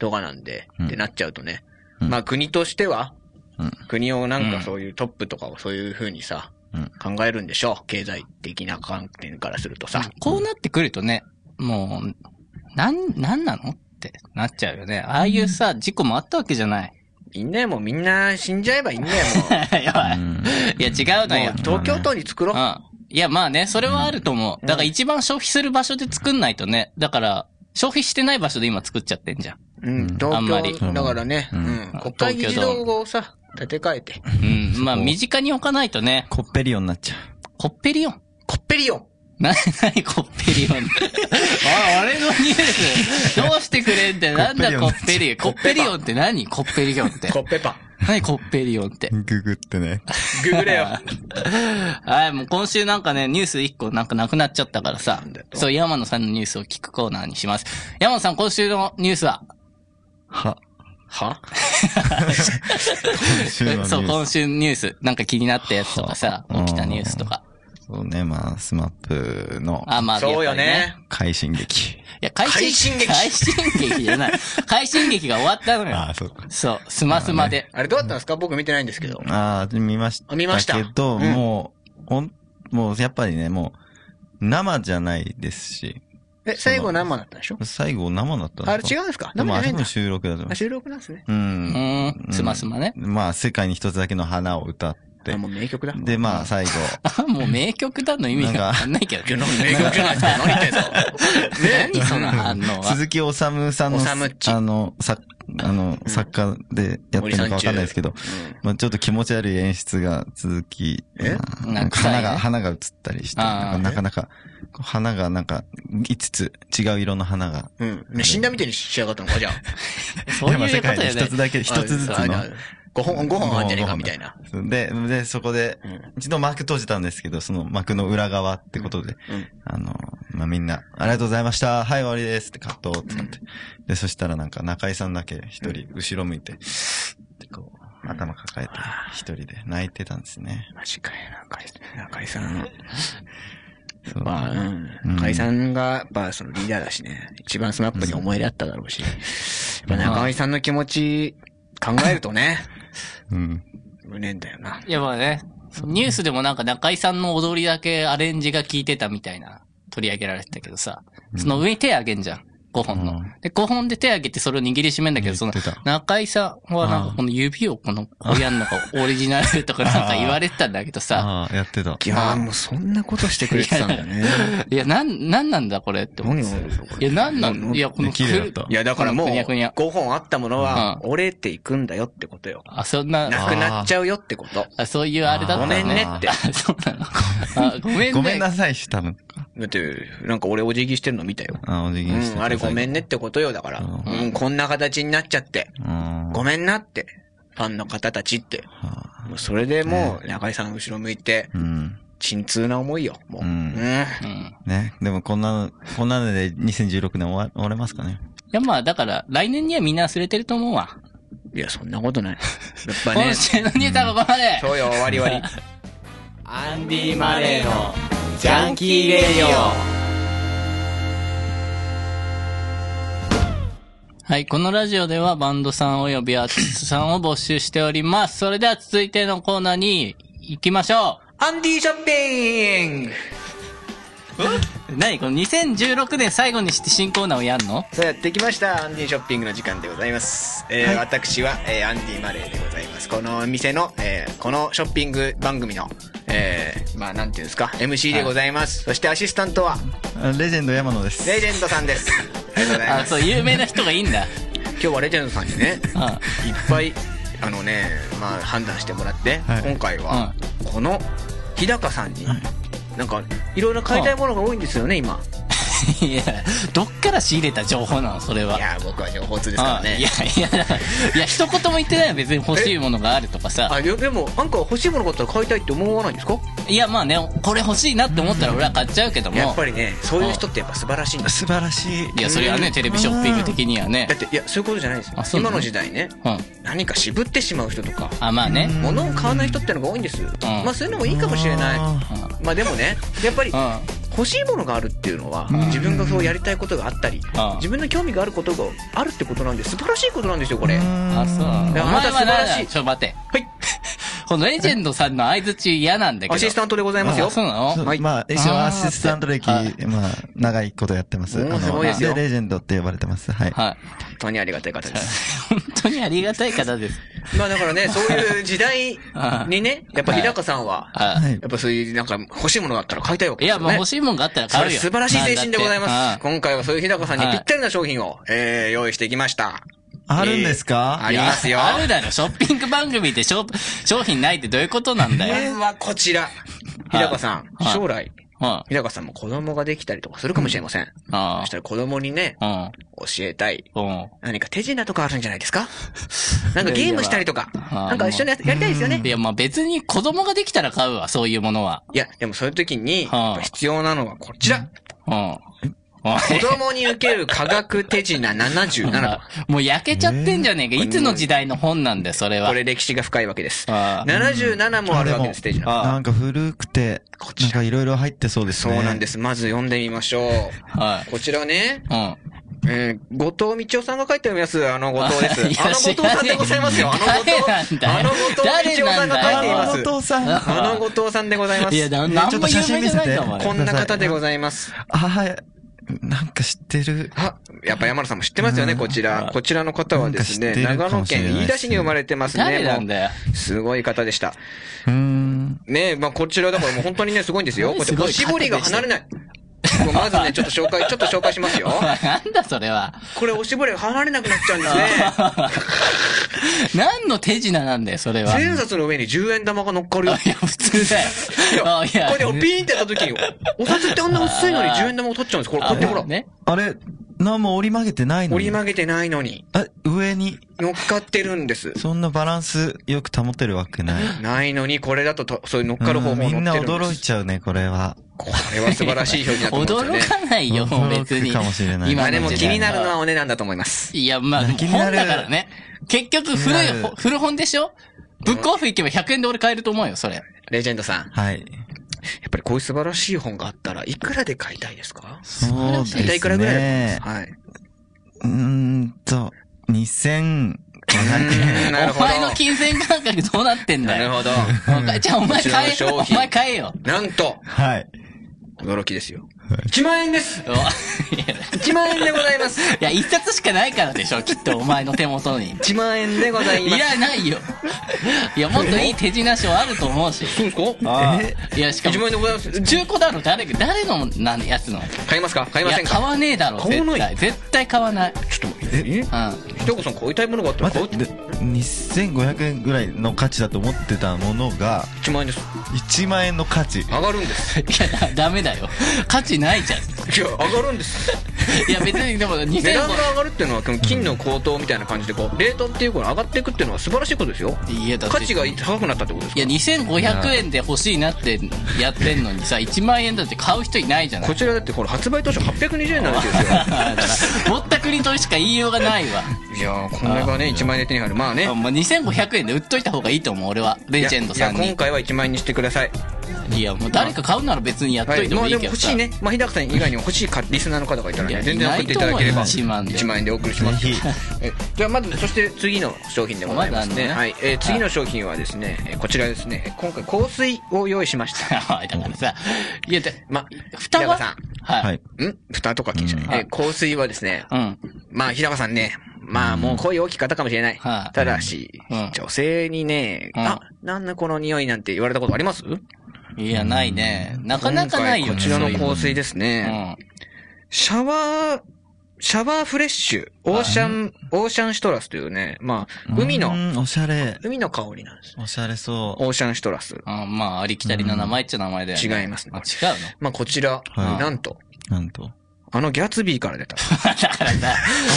A: とかなんで、
C: うん
A: ってなっちゃうとね。
C: うん
A: まあ国としては、
C: うん
A: 国をなんかそういうトップとかをそういうふうにさ、
C: うん
A: 考えるんでしょう。経済的な観点からするとさ。
B: こうなってくるとね、もう、なん、なんなのってなっちゃうよね。ああいうさ、事故もあったわけじゃない。
A: いんねえもん、みんな死んじゃえばいいんねえもん。
B: やばい。
C: うん
B: いや、違う
A: も
B: のよ
A: う。東京都に作ろう。
B: うん。いや、まあね、それはあると思う。だから一番消費する場所で作んないとね。だから、消費してない場所で今作っちゃってんじゃん。
A: うん、
B: あんま
A: 東
B: り
A: 京、だからね、う
C: うんん、
A: 国会議事堂をさ、建て替えて。
B: うん。 まあ、身近に置かないとね。
C: こっぺりようになっちゃ
B: こっぺりよん。
A: コッペリオン
B: な、なにこっぺりよんって。 あ、俺のニュース、どうしてくれんって、なんだ
C: こ
B: こっ
C: っ
B: ぺりよん。 こっぺりよんって何こっぺりよんって。
A: コッペパン。
B: 何こっぺりよんって。
C: う。ググってね。
A: ググ れよ。
B: はい、もう今週なんかね、ニュース一個なんかなくなっちゃったからさ
A: なんだよ。
B: そう、山野さんのニュースを聞くコーナーにします。山野さん、今週のニュースは
C: は。
A: は
C: 今週のニュース
B: そう、今週のニュース、なんか気になったやつとかさ、
C: はあ
B: 起きたニュースとか。
C: そうね、まあ、スマップの
B: あ、まあ、
A: そうよ
B: やっ
A: ね。
C: 快進 撃。
B: ぱりね。いや、快進撃。快
A: 快
B: 進撃じゃない。快進撃が終わったの
C: あ
B: よ。
C: あ、そうか。
B: そう、スマスマで。
A: あれどうだったんですか僕見てないんですけど。
C: ああ、見ました。
A: あ見ました
C: けど、
A: うん
C: もう、ほん、もう、やっぱりね、もう、生じゃないですし、
A: え、最後生だったでしょ
C: 最後生だったん
A: あれ違
C: う
A: うんですか
C: で
A: 生じ
C: も、
A: ゃ
C: あ
A: ない
C: れ
A: ん
C: も
A: だ。
C: 収録だと思い
A: あ
C: ます。
A: 収録なんですね。
C: う。
B: うんーん、スマスマね。
C: まあ、世界に一つだけの花を歌って
A: あ、、もう名曲だ。
C: で、まあ、最後、
B: あ、もう名曲だの意味がわかんないけど。
A: いやなん か名曲じゃないですか何言ってんの
B: 何その反応は。
C: 鈴木治さんの、
A: 治っち
C: あの、さ、あの、
A: ん
C: 作家でやってるのかわかんないですけど、まあちょっと気持ち悪い演出が続き、
A: え
C: まあ
B: な
C: なんん
B: か
C: か
B: 臭いね
C: 花が、花が映ったりして、
B: あー
C: なんかなかなか、こう花がなんか、5つ違う色の花が、
A: うん。うん。死んだみたいに仕上がったのかじゃあ。
B: そうい う
C: いやまあ世
B: こと
C: 界
B: よ
C: で一
B: ね
C: つ。だ け、一つずつ
A: あじゃ
C: の。
A: あ5本、五本あんじゃねえかみたいな。
C: で、で、そこで
A: うん、
C: 一度幕閉じたんですけど、その幕の裏側ってことで、
A: うん
C: あの、まあ、みんな、ありがとうございました、はい、終わりですってカットってなって。で、そしたらなんか中井さんだけ一人、後ろ向いて、ってこう、頭抱えて、一人で泣いてたんですね。
A: マジかよ、中井さん。中井さん。
C: そう
A: まあ、う。
C: うんん
A: 解散が、やっぱそのリーダーだしね、一番スマップに思い入れあっただろうし、やっぱ中井さんの気持ち考える とね、
C: うん。
A: 無念だよな。
B: いや、まあね。ニュースでもなんか中井さんの踊りだけアレンジが効いてたみたいな、取り上げられてたけどさ。その上に手あげんじゃん。5本の
C: うん。
B: で、5本で手あげてそれを握りしめんだけど、その
C: 言ってた、
B: 中井さんはなんかこの指をこの、こうやんのがオリジナルとかなんか言われてたんだけどさ。
C: ああ、やってた。
A: いやーもうそんなことしてくれてたんだよね。
B: いや、なん、なんなんだこれって思ってさ
A: 何を
B: いや、なんなん
A: 何
B: いや、この
C: 綺麗だった
B: くる
A: いや、だからもう、
B: このくにゃくにゃ
A: 5本あったものは、
B: う
A: 折れていくんだよってことよ。
B: あ、そんな、
A: なくなっちゃうよってこと。
B: あ、そういうあれだった
A: ご
B: のね。
A: めんねって。
B: あ。 そうなの。あ、ごめんね。
C: ごめんなさいし、多分。
A: だって、なんか俺お辞儀してるの見たよ。
C: ああ、お辞儀して
A: うん、あれごめん
C: ね。
A: ねってことよ、だから。
C: う
A: うん、こんな形になっちゃって。
C: うん。
A: ごめんなって。ファンの方たちって。
C: はあ
A: もうそれでもう、中井さん後ろ向いて、
C: うん。
A: 沈痛な思いよ、もう。う
C: うんん。
B: うん。
C: ね。でもこんな、こんなので2016年終わ終われますかね。
B: いや、まあ、だから、来年にはみんな忘れてると思うわ。
A: いや、そんなことない。やっ ぱね
B: 今、週のニュースはここまで
A: そうよ、終わり終わ
B: アンディ・マレーのジャンキー・レディオはい、このラジオではバンドさん及びアーティストさんを募集しております。それでは続いてのコーナーに行きましょ
A: り。アンディショッピング
B: う何この2016年最後にして新コーナーをやんの
A: さあ、やってきました。アンディショッピングの時間でございます。えー私は、えーアンディ・マレーでございます。この店の、えーこのショッピング番組の、えーまあ、なんていうんですか、MC でございます。そしてアシスタントは、
C: あレジェンド山野です。
A: レジェンドさんです。ありがとうござい
B: あ、
A: ます。
B: そう、有名な人がいいんだ。
A: 今日はレジェンドさんにね、
B: うん。
A: いっぱいあのね、まあ、判断してもらって、
C: はい
A: 今回はこの日高さんに、なんかいろいろ買いたいものが多いんですよね今
B: いや、どっから仕入れた情報なの、それは。
A: いや、僕は情報通ですから
B: ああ
A: ね。
B: いや、いや、だからいや、一言も言ってないよ、別に欲しいものがあるとかさ。
A: あ、いやでも、なんか欲しいものがあったら買いたいって思わないんですか
B: いや、まあね、これ欲しいなって思ったら俺は買っちゃうけども。
A: やっぱりね、そういう人ってやっぱ素晴らしいんです。
C: 素晴らしい。
B: いや、それはね、テレビショッピング的にはね
A: だ。って、いや、そういうことじゃないですよ
B: あ。そう
A: 今
B: なの
A: の時代ね、
B: うん。
A: 何か渋ってしまう人とか、
B: あ、まあね。
A: 物を買わない人ってのが多いんです。まあそういうのもいいかもしれない。まあでもね、やっぱり
B: う、ん。
A: 欲しいものがあるっていうのは、自分がそうやりたいことがあったり
B: うん、
A: 自分の興味があることがあるってことなんで、素晴らしいことなんですよ、これ。は
B: あ、そうなんだ。
A: いや
B: お前
A: あなた
B: は
A: 素晴らしい
B: なんだちょ、待って。
A: い。
B: このレジェンドさんの相づち嫌なんだけど。
A: アシスタントでございます
B: あ
A: よ。
B: そうなの
C: そう
A: はい
C: まあ、一応
B: あー
C: アシスタント歴、
B: は
C: まあ、長いことやってます。
A: うん
C: あ
A: すごいですよ
C: でレジェンドって呼ばれてます。はい。
B: はい。
A: 本 当にありがたい方です。
B: 本当にありがたい方です。
A: まあだから ね、そういう時代にね、やっぱ日高さんは、
B: は。
C: はいい
A: やっぱそういうなんか欲しいものがあったら買いたいわけ
B: い
A: です
B: や、
A: よ、ね。
B: まあ欲しいもんがあったら買
A: そうれ
B: よ。
A: 素晴らしい精神でございます。
B: なんだって
A: 今回はそういう日高さんにぴったりな商品を、えー、用意してきました。
C: あるんですか、
A: ありますよ
B: いやあるだろ。ショッピング番組で商商品ないってどういうことなんだ
A: これ
B: よ。
A: はこちら。日高さん、
B: はい
A: 将来、
B: は
A: 日高さんも子供ができたりとかするかもしれません。
B: い。あ
A: そしたら子供にね、
B: あ。
A: 教えたい。
B: うん。うん。
A: 何か手品とかあるんじゃないですかなんかゲームしたりとか、
B: あ
A: なんか一緒にややりたいですよね
B: い。や、まあ別に子供ができたら買うわ、そういうものは。
A: いや、でもそういう時に、
B: はあ
A: やっぱ必要なのはこちら。
B: うん。 おい
A: 子供に受ける科学手品77。
B: もう焼けちゃってんじゃねえか。いつの時代の本なんだよ、それは。
A: これ歴史が深いわけです。
B: ああ
A: 77もあるわけです、ステージの。
C: なんか古くて、なんかいろいろ入ってそうです
A: そう
C: ね。。
A: なんですす。まず読んでみましょう。
B: はい。
A: こちらね、
B: うん。
A: えー、後藤道夫さんが書いております。あの後藤です。あの
B: いや
A: 後藤さんでございますよ。あの後藤
B: 誰なん。だよ
A: あの後藤道夫さんが書いて
C: あの、お父さ
A: います。
C: ん。あ、
A: あの後藤さんでございま
B: いや、
A: す。
B: な
C: ね
B: なん
C: ちょっ
B: も
C: と写
B: 有
C: 真
B: 名
C: 見
B: じゃ
C: せ
B: ないん
C: て
B: だ、お前。
A: こんな方でございます。
C: はい。なんか知ってる。
A: あ、 やっぱ山田さんも知ってますよね、こちら。こちらの方はです
C: なん
A: ね、
C: か知って
A: 長
C: るか
A: 野
C: もしれないですね
A: 県飯田市に生まれてますね。
B: 誰なんだよ。
A: もうすごい方でした。
C: うーん。
A: ねえ、まあ、こちらだからもう本当にね、すごいんですよ。 こうやっておしぼりが離れない。もうまずね、ちょっと紹 介、ちょっと紹介しますよ。
B: お前なんだそれは。
A: これおしぼりが離れなくなっちゃう んですね。
B: 何の手品なんだよ、それは。い
A: 千円札の上に10円玉が乗っか るよ。い
B: や、普通だよ。あい
A: や、
B: や
A: これでピーンってやった時に、お札ってあんな薄いのに10円玉を取っちゃうんです。これ、こうやってほら、
B: ね。
C: あれ、何も折り曲げてないの
A: 折
C: に
A: り曲げてないのに、
C: あ、上に、
A: 乗っかってるんです。
C: そんなバランスよく保てるわけない。
A: ないのに、これだとと、そういう乗っかる
C: う
A: 方
C: ん
A: 法を乗っ
C: み
A: てる
C: ん
A: んで
C: な
A: す。
C: 驚いちゃうね、これは。
A: これは素晴らしい表現だと思うんで
B: 驚
A: すよね。
B: かないよ、別
C: 驚
B: に
C: く。かもしれない。
B: 今
A: まあでも気になるの
B: 今の時代
A: はお値段だと思います。
B: いや、まあ、
C: 気にな
B: 本
C: る
B: だからね。結局、古
C: 気に
B: い
C: なる、
B: 古本でしょブックオフ行けば100円で俺買えると思うよ、それ。
A: レジェンドさん、や
C: はい。
A: っぱりこういう素晴らしい本があったら、いくらで買いたいですか
C: そうですね。
A: 大体いくらぐらいだと思いますはいう
C: ーんと、2500
A: うーん。なる
B: お
A: ほど。
B: 前の金銭感覚どうなってん
A: な
B: だ
A: る
B: よ。
A: ほど。
B: おじゃあ、お
A: こ
B: 前買え
A: ちらの
B: よ。
A: 商
B: お
A: 品
B: 前買えよ。
A: なんと、
C: はい。
A: 驚きですよ。1万円です
B: おいや
A: !1 万円でございます
B: いや、一冊しかないからでしょ、きっと、お前の手元に。
A: !1 万円でござい
B: い
A: ます。
B: らないよ。いや、もっといい手品賞あると思うし。
A: 金庫
C: え
B: いや、しか
A: 1
B: も
A: 万円、でございます。
B: 中古だろ、誰が、誰のなんやつの。
A: 買いますか買い
B: い
A: ま
B: や
A: せ、ん
B: 買
A: か
B: わねえだろ、
A: 買わ
B: 絶
A: ない
B: 対。絶対買わない。
A: ちょっと待って。え
B: うん。
A: ひとこさん買いたいものがあったら
C: 待
A: 買う
C: って、で2500円ぐらいの価値だと思ってたものが、
A: 1万円です。
C: 1万円の価値。
A: 上がるん です。
B: いや、だダメだよ。価値ないじゃん。
A: いや、上がるんです。
B: いや、別に、でも、
A: 値段
B: 2500
A: が上がるっていうのは、金の高騰みたいな感じで、こう、レートっていうから上がっていくっていうのは素晴らしいことですよ。
B: いや、だって
A: 価値が高くなったってことです
B: い
A: か
B: や、2500円で欲しいなってやってんのにさ、1万円だって買う人いないじゃない
A: こ。ちらだってこれ発売当初820円なんですよ。
B: だから ぼったくりとしか言いようがないわ。
A: いやー、これがね、1万円で手に入る。まあね
B: あ。まあ、2500円で売っといた方がいいと思う、俺は。レジェンドさ
A: いやい
B: ん
A: や
B: に
A: 今。回は1万円にしてください。
B: いや、もう誰か買うなら別にやっと
A: はいい。
B: て
A: ま
B: も
A: あ
B: い
A: で
B: い
A: も
B: けど
A: 欲
B: さ。
A: しいね。まあ、日高さん以外にも欲しいかリスナーの方がいたら
B: い
A: ね、
B: や
A: 全然送っていただければ。
B: いないと思うよ1万で
A: 1万円でお送りしますよ
C: ぜひ。
A: えじゃあまず、そして次の商品でございますね。
B: まだあんのね
A: はい。えー次の商品はですね、えーこちらですね、今回香水を用意しました。
B: おいだからさ、いや、で
A: ま、
B: 蓋
A: 日高
B: は
A: さ
B: は。
C: はいい。
A: ん。ん蓋とか気にしない。えー香水はですね、
B: うん。
A: まあ、日高さんね、まあ、もう声大きい方かもしれない。
B: はい
A: ただし、
B: うん
A: 女性にね、
B: うん
A: あ、なんだこの匂いなんて言われたことあります
B: いや、ないね。なかなかないよ
A: 今回こ
B: ね。
A: ちらの
B: そういう
A: 香水です
B: う
A: ね。
B: ん。
A: シャワー、シャワーフレッシュ、オーシャン、オーシャンシトラスというね、まあ、海
C: う
A: の、
C: ーんおしゃれ。
A: 海の香りなんです。
C: おしゃれそ
A: オーシャンシトラス。
B: あまあ、ありきたりな名前っちゃ名前だよね。
A: 違いますね
B: あ、違うの
A: まあ、こちら、
C: はい
A: なんと、
C: う。なんと。
A: あのギャツビーから 出た。
B: だからさ、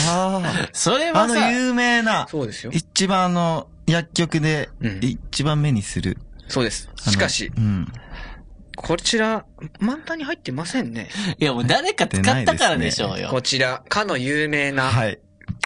C: あ
B: それ
C: あ。あ
B: は
C: の
B: さ、
C: 有名な、
A: そうですよ。
C: 一番あの、薬局で
A: うん、
C: 一番目にする。
A: そうです。
C: あの
A: しかし、
C: うん。
A: こちら、満タンに入ってませんね。
B: いやもう誰か使ったからでしょうよ。
A: こちら、かの有名な、
C: はい。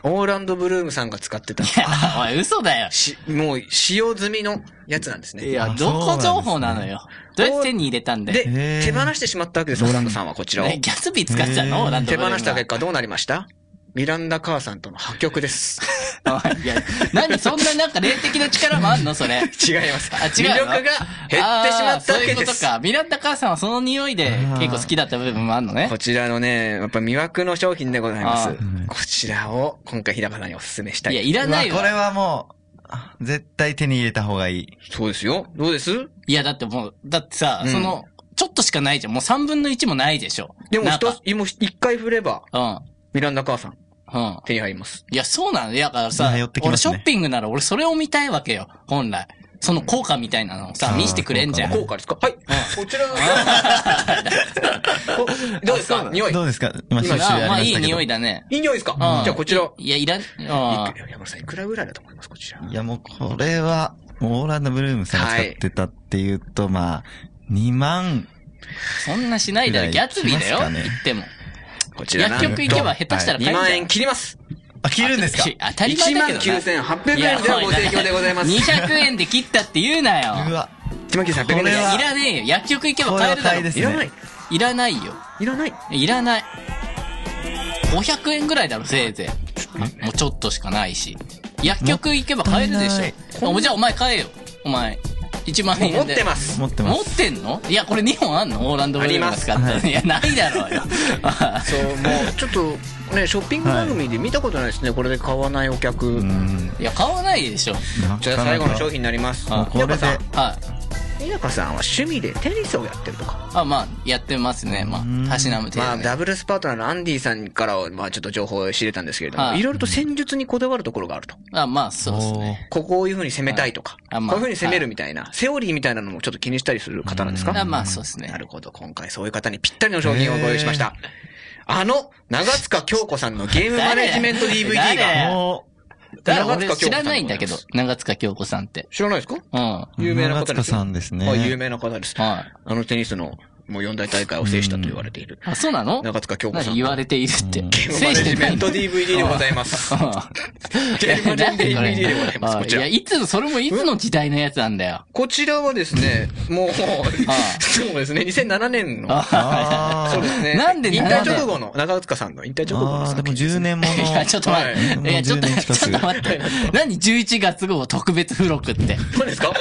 A: オーランドブルームさんが使ってた、
B: いや おい、嘘だよ。
A: し、もう、使用済みのやつなんですね。
B: いや、
C: あ
B: どこ情報なのよ。ど
A: そうなんですね
B: うやって手に入れたんだよ。
C: へ
A: で、
C: ー
A: 手放してしまったわけです、オーランドさんはこちらを
B: ね。ギャツビー使ってた
C: へ
B: の
C: ー
B: なん
A: 手放した 結果どうなりましたミランダ母さんとの破局です。
B: 果。いや、何そんななんか霊的な力もあんのそれ。
A: 違います。
B: あ、違う
A: 魅力
B: の
A: が減ってしまったわけ
B: あーそういうこ
A: で
B: と
A: す。
B: か。ミランダ母さんはその匂いで結構好きだった部分もあんのね
A: こ。ちらのね、やっぱ魅惑の商品でございます
B: あ。
A: こちらを今回日高さんにお勧めした
B: い
A: い。
B: や、いらないう
C: わこれ
B: よ。
C: はもう、絶対手に入れた方がいい。
A: そうですよ。どうです
B: いや、だってもう、だってさ、
A: うん
B: その、ちょっとしかないじゃん。もう3分の1もないでしょ。
A: でも
B: なんか
A: 一つ、もう一回振れば、
B: うん。
A: ミランダ母さん
B: うん。
A: 手に入ります。
B: いや、そうなの。いやだからさ、
C: みんな寄ってき
B: 俺
C: ます
B: シ
C: ね
B: ョッピングなら俺それを見たいわけよ。本来。その効果みたいなのをさ、
C: うん
B: 見せてくれんじゃん。
C: あー
A: 効果ですかはい。こちらの。 おどうです
B: あ
A: か
B: そうなの
A: 匂い。
C: どうですか今、
B: まあ
C: 収集あり
B: ま
C: ま
B: あ、い
C: し
B: い
C: たけど。
B: 匂いだね。
A: いい匂いですか
B: うん
A: じゃあこちら。い
B: いや、いらん、あ
A: くら山村さん、いくらぐらいだと思いますこちら。
C: いや、もうこれは、オーランドブルームさんが使ってたっていうと、まあ、2万、
B: そんなしないだろ。
C: い
B: ギ
C: くら
B: ャ
C: い
B: ツビーだよ。
C: きますかね
B: 言っても。
A: こちらなん
B: 薬
A: と
B: 局行けば下手した
A: 2
B: ら買えんじゃん。
A: 万円切ります。
C: あ、切るんですか
B: あ当たり前だけどな。
A: 19,800円ではご提供でございます。
B: いやおい200円で切ったって言うなよ。
C: うわ、
A: 1万9800円
C: こ
A: で
C: れ
B: い
C: は
A: す
B: やいらねえよ。薬局行けば買えるだ
C: これは買
B: ろ
C: いで。す
A: いらない。
B: いらないよ。
A: いらない。
B: いらない。500円ぐらいだろ、せいぜい。もうちょっとしかないし。薬局行けば買えるでし
C: もったい
B: ょ。おじゃあお前買えよ。お前。1万
A: もう
B: 円で。
A: 持ってます。
C: 持ってま
B: 持
C: す。
B: ってんのいや、これ2本あんのオーランドブルームが使った
C: あります
B: の。いや、ないだろうよ。
A: そう、もう、ちょっと、 ね、ショッピング番組で見たことないですね。これで買わないお客。
C: うん。
B: いや、買わないでしょ。
A: じゃあ最後の商品になります。
C: もうこれで
A: 日高さん
B: はい。
A: 日高さんは趣味でテニスをやってるとか。
B: あ、まあ、やってますね。ま
C: うん
B: あ、たしなむ程
A: ま
B: 度
A: あ、
B: ね。
A: ダブルスパートナーのアンディさんからは、まあ、ちょっと情報を知れたんですけれども、
B: はい
A: い、ろいろと戦術にこだわるところがあると。
B: あ、まあ、そうですね。
A: ここをいうふうに攻めたいとか、
B: はいあまあ
A: こういうふうに攻めるみたいな、セオリーみたいなのもちょっと気にしたりする方なんですか
B: あまあ、そうですね
A: な。るほど。今回そういう方にぴったりの商品をご用意しました。あの、長塚京子さんのゲームマネジメント DVD
B: 誰
A: が。
C: おーも
B: だから
A: 長
B: 俺
A: 塚京子さん
B: 知らないんだけ
A: で
B: ど
A: ござい、
B: 長塚京子さんって。
A: 知らないですか
B: うん。
C: う、
A: 有名な
C: 長
A: 方で
C: 塚
A: すよ。
C: さんですね。
A: はい有名な方です。
B: はい。
A: あのテニスの、もう四大大会を制したと言われている。
B: あ、そうなの
A: 長塚京子さん
B: 何言われている って。
A: ゲームマネジメント
B: で。
A: DVD でございます。ゲ ームマネジメント DVD でございます。こ
B: い
A: ちら
B: や、。いつの、それもいつの時代のやつなんだよ。
A: こちらはですね、もう、 そうですね、2007年の。
C: あー
A: そうですね。
B: なんで
A: 引
B: な
A: 退
B: んで
A: 直後の、長塚さんの引退直後の
C: あー、
A: 作
C: でも
A: 品です
C: 10
A: ね。
C: 年もの。
B: いや、ちょっと待っ
C: は
B: て。
C: い
B: いや、ちょっと、
C: もう10年近
B: ち
C: く
B: ょっと待って。何11月号特別付録って。
A: そうですか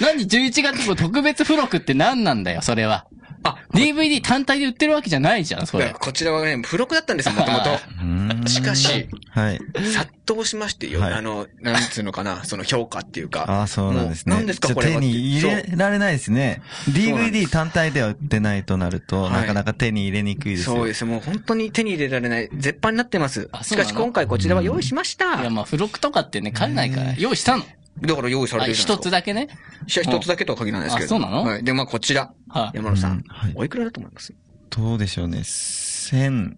B: 何11月号特別付録って何なんだよ、それは。
A: あ、
B: DVD 単体で売ってるわけじゃないじゃん、それ。
A: こちらはね、付録だったんです よ、もともと。
C: うーん
A: しかし、
C: はい。
A: 殺到しましてよ、
C: はい
A: あの、なんつうのかな、その評価っていうか。
C: ああ、そうなんですね。
A: も何ですか、
C: ちょっ
A: ことれは。
C: 手に入れられないですね。
A: うなんで
C: DVD 単体では売ってないとなると、
A: はい
C: なかなか手に入れにくいです
A: そう
C: よ。
A: そうです。もう本当に手に入れられない、絶版になってます。
B: あそ
A: し
B: うな
A: かし
B: の
A: 今回こちらは用意しました。
B: いや、まあ、付録とかってね、買えないから。用意したの。
A: だから用意され
B: あ
A: てるじゃないです
B: 一つ
A: か。
B: だけね。
A: いや一つだけとは限らないですけど。
B: あそうなの
A: はい。で、まあこちら。
B: はい
A: 山野さん、
C: うんはい
A: おいくらだと思います
C: どうでしょうね。1200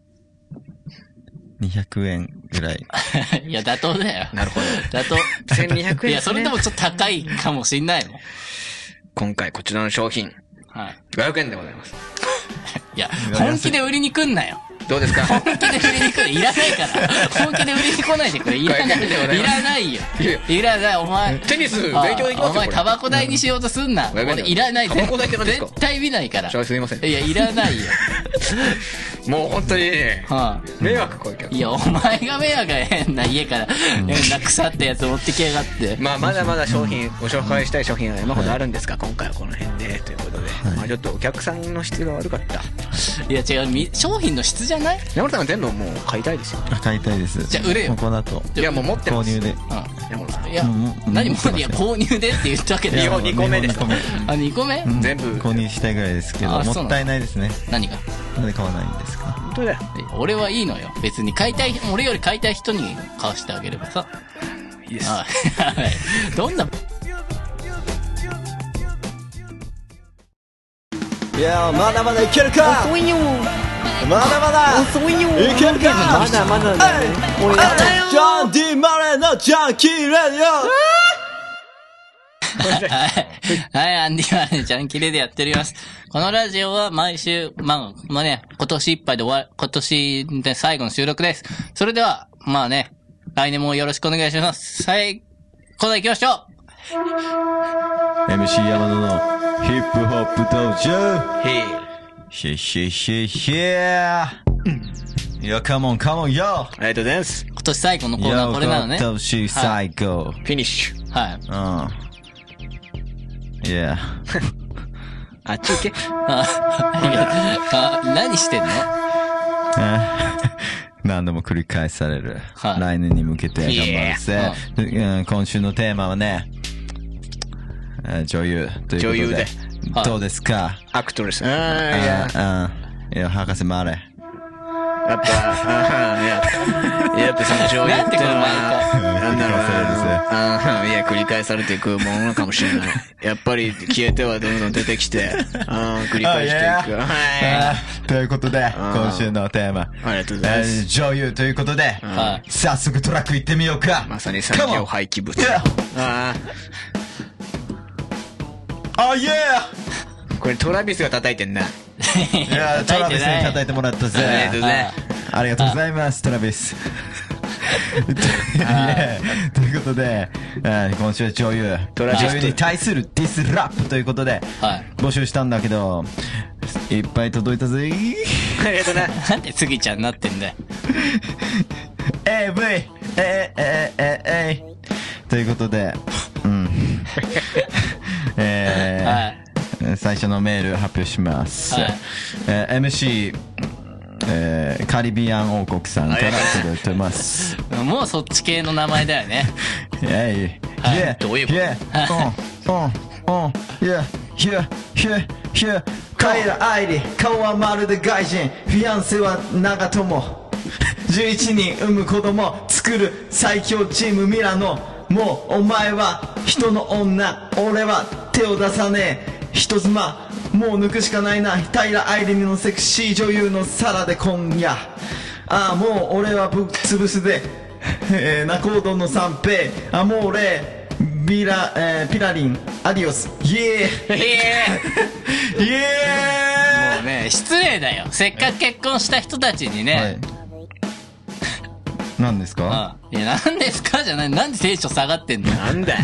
C: 円ぐらい。
B: いや、妥当だよ。
A: なるほど。
B: 妥当。
A: 1200円ですね
B: いや、それでもちょっと高いかもしんないもん。
A: 今回こちらの商品、
B: はい。
A: 500円でございます。
B: いや、本気で売りに来んなよ。
A: どうですか
B: 本気で売りに来る。いらないから。 本気で売りに来ないでくれ。いらな
A: これこれ
B: い。いらないよ
A: いやい。
B: いらない、お前。
A: テニス勉強できますよ
B: お前、
A: これ
B: タバコ代にしようとすんな。
A: んごめん
B: 俺、いらない。
A: タバコ代って何ですか
B: 絶対見ないから。
A: じゃあすいません
B: いや、いらないよ。
A: もう本当にね、
B: は
A: 迷惑こういう客
B: い。いや、お前が迷惑や変な家から、変な腐ったやつ持ってきやがって。
A: まあ、まだまだ商品、ご紹介したい商品が山ほどあるんですが、今回はこの辺で、ということで、まあちょっとお客さんの質が悪かった。
B: いや、違うみ、商品の質じゃない
A: 山本さんは全部もう買いたいですよ。
C: あ買いたいです。
B: じゃあ売れよ
C: もうこの後、
A: いや、もう持ってま
C: 購
A: す。
C: 入で。
B: う
A: 山本さん
B: ん。いや
C: うんも、う
B: 何
C: 持
B: も
C: ってますよ
B: いや、購入でって言ったわけで
A: い
B: し
A: や
B: ょ。
A: 二個目です
C: 二個目
B: あ、2個目
C: うん
A: 全部
C: 購入したいぐらいですけど、
B: あそ
C: も
B: うなんだ
C: ったいないですね。
B: 何が
C: なんで買わないんですか
A: 本当だよ。
B: いや俺はいいのよ。別に買いたい、俺より買いたい人に買わしてあげればさ。
A: イエス
B: はい。どんな、
D: いやまだまだいけるか
E: 遅いよ
D: まだまだ
E: 遅いよ
D: いけるか
E: まだまだだね俺やだよ
D: ジャンディ・マレーのジャンキー・レディオ
B: はい、アンディ・マレー、ジャンキレでやっております。このラジオは毎週、まあ、まあね、今年いっぱいで終わ、今年で最後の収録です。それでは、まあね、来年もよろしくお願いします。最後で行きましょ
C: MC 山野のヒップホップ道場
A: へい。
C: ヒェヒェヒェヒェーよ、カモンカモンよ
A: ありがとうございます
B: う。。今年最後のコーナーこれなのね。
C: よ、し最高。
A: フィニッシュ。
B: はい。
C: うん。いや。
A: あっち行け。
B: あ、何してんの
C: 何度も繰り返される。
B: はい
C: 来年に向けて頑張るぜ、うん今週のテーマはね、えー女優ということで。
A: 女優で
B: はい
C: どうですか、
A: アクトレス。あーいや。
C: うん。いや、博士もあれ。
A: やっぱ、うんいや、やっぱその女優
B: なん
A: ってて
B: こ
A: の
B: の
A: は、なんだろうなうんいや、繰り返されていくものかもしれない。やっぱり消えてはどんどん出てき て、うん繰り返していく。
C: あ
A: はい。
C: うんということで、今週のテーマ。
A: ありがとうございます
C: えー女優ということで、
B: はい
C: 早速トラック行ってみようか。
A: まさに産業
C: Come on
A: 廃棄物。
C: Yeah
A: あ
C: あ、いや
A: あ、これトラビスが叩いてんな。
C: いや、トラビスに叩いてもらったぜ。
A: ありがとうございます。
C: ありがとうございます、トラビス。いや ということで、えー今週は女優、
A: トラビス
C: 女優に対するディスラップということで、
B: はい
C: 募集したんだけど、いっぱい届いたぜ。
A: ありがとうな。
B: なんでスギちゃんになってんだよ。
C: AV! えー、えー、えー、えーということで、うん。 えー
B: はい。
C: 最初のメール発表します、
B: はい
C: えー MC、えーカリビアン王国さんから届いてます
B: もうそっち系の名前だ よね。
C: イェイ
B: はい
C: イェイ
A: どういうこと
C: イェイうんうんうんイェイイェイイェイイェイカイラ愛理顔はまるで外人フィアンセは長友11人産む子供作る最強チームミラノもうお前は人の女俺は手を出さねえ人妻もう抜くしかないな平愛理のセクシー女優のサラで今夜ああもう俺はぶっ潰すでえー、ナコードの三平アモーレビラ、えーピラリンアディオスイエ
B: ええ
C: ーイエ
B: もうね、失礼だよ。せっかく結婚した人たちに
C: ー
B: ね、
C: 何ですか
B: うん。いや、なんですかじゃない。なんでテンション下がっ てんの
A: なんだよ。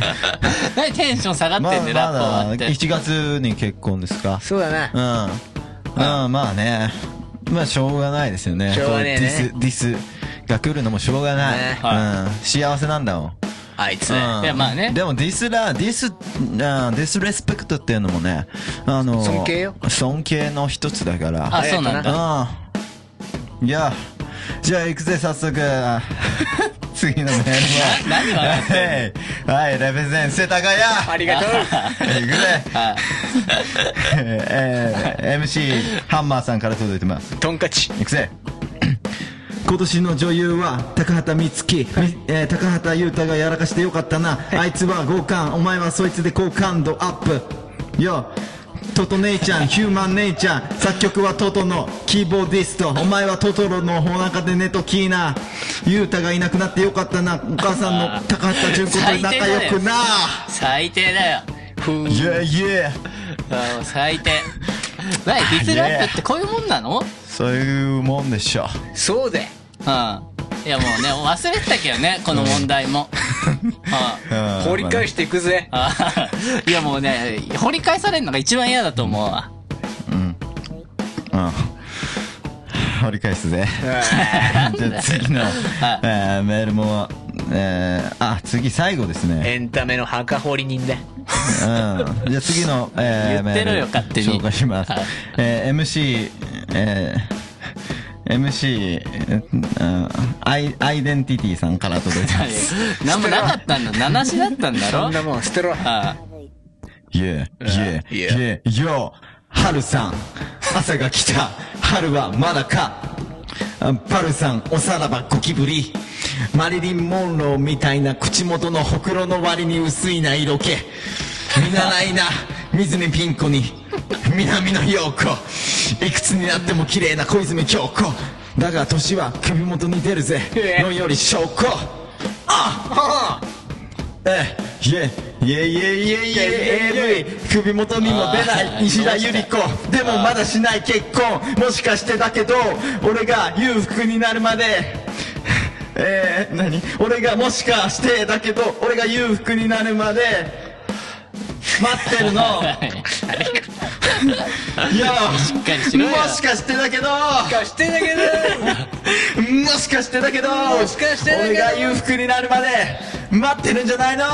B: なんでテンション下が
C: ま
B: って
C: あ
B: んだよ、ラッパー
C: まだ
B: って。
C: 1月に結婚ですか
A: そうだな
C: う。んまあまあねまあしょうがないですよね
A: しょうがねえね
C: そうディスディスが来るのもしょうがない、
A: ね
C: うん、幸せなんだもん
A: あいつ。
C: うん
B: いやまあね
C: でもディスラ、ディス、あーディスレスペクトっていうのもね、あの、
A: 尊敬よ
C: 尊敬の一つだから。
B: あ、そうなんだ。
C: うん。いや、じゃあ行くぜ、早速。 次のメール
B: な何笑ってんの
C: は。 はい、はい、レペゼン、世田谷。
A: ありがとう。
C: 行くぜ。
B: はい。
C: えー MC ハンマーさんから届いてます。
A: トンカチ。
C: いくぜ 今年の女優は高畑充希、みえー高畑優太がやらかしてよかったな、あいつは強姦お前はそいつで好感度アップよトト姉ちゃんヒューマン姉ちゃん作曲はトトのキーボーディストお前はトトロのお腹で寝ときーな優太がいなくなってよかったなお母さんの高畑純子と仲良くな
B: 最低だよ。
A: ふう。
C: イエイエ
B: あもう 最低。ない、ディスラップってこういうもんなのうん。
C: そういうもんでしょ
A: そうで。
B: いやもうね、忘れてたけどね、この問 題も。うん
A: 掘り返していくぜ。
B: あいやもうね、掘り返されるのが一番嫌だと思 うわ。
C: うん。折り返す ぜ。じゃあ次の、えーメールも、えーあ、次最後ですね。
A: エンタメの墓掘り人だ。
C: うん。じゃあ次の、えー
B: 言ってろよ
C: メール
B: 勝手に
C: 紹介します
B: はい。
C: えー MC、えー MC、えーうんアイ、アイデンティティさんから届いてます。
B: 何もなかったんだ。名無しだったんだろ
A: そんなもん捨てろ。
B: あ
C: いえ、いえ、いえ、よ、春さん、朝が来た、春はまだか。あパルさん、おさらばゴキブリ。マリリン・モンローみたいな口元のほくろの割に薄いな色気。見習いな、水にピンコに、南の陽子。
F: いくつになっても綺麗な小泉京子だが年は首元に出るぜのより証拠ああええいえいえいえいえいえ AV 首元にも出ない西田ゆり子でもまだしない結婚もしかしてだけど俺が裕福になるまで えー、何俺がもしかしてだけど俺が裕福になるまで待ってる のいや
B: しっかりしろよ
F: もしかしてだけど
A: してだけど、
F: もしかしてだけど も
A: しかしてだけど
F: 俺が裕福になるまで待ってるんじゃないの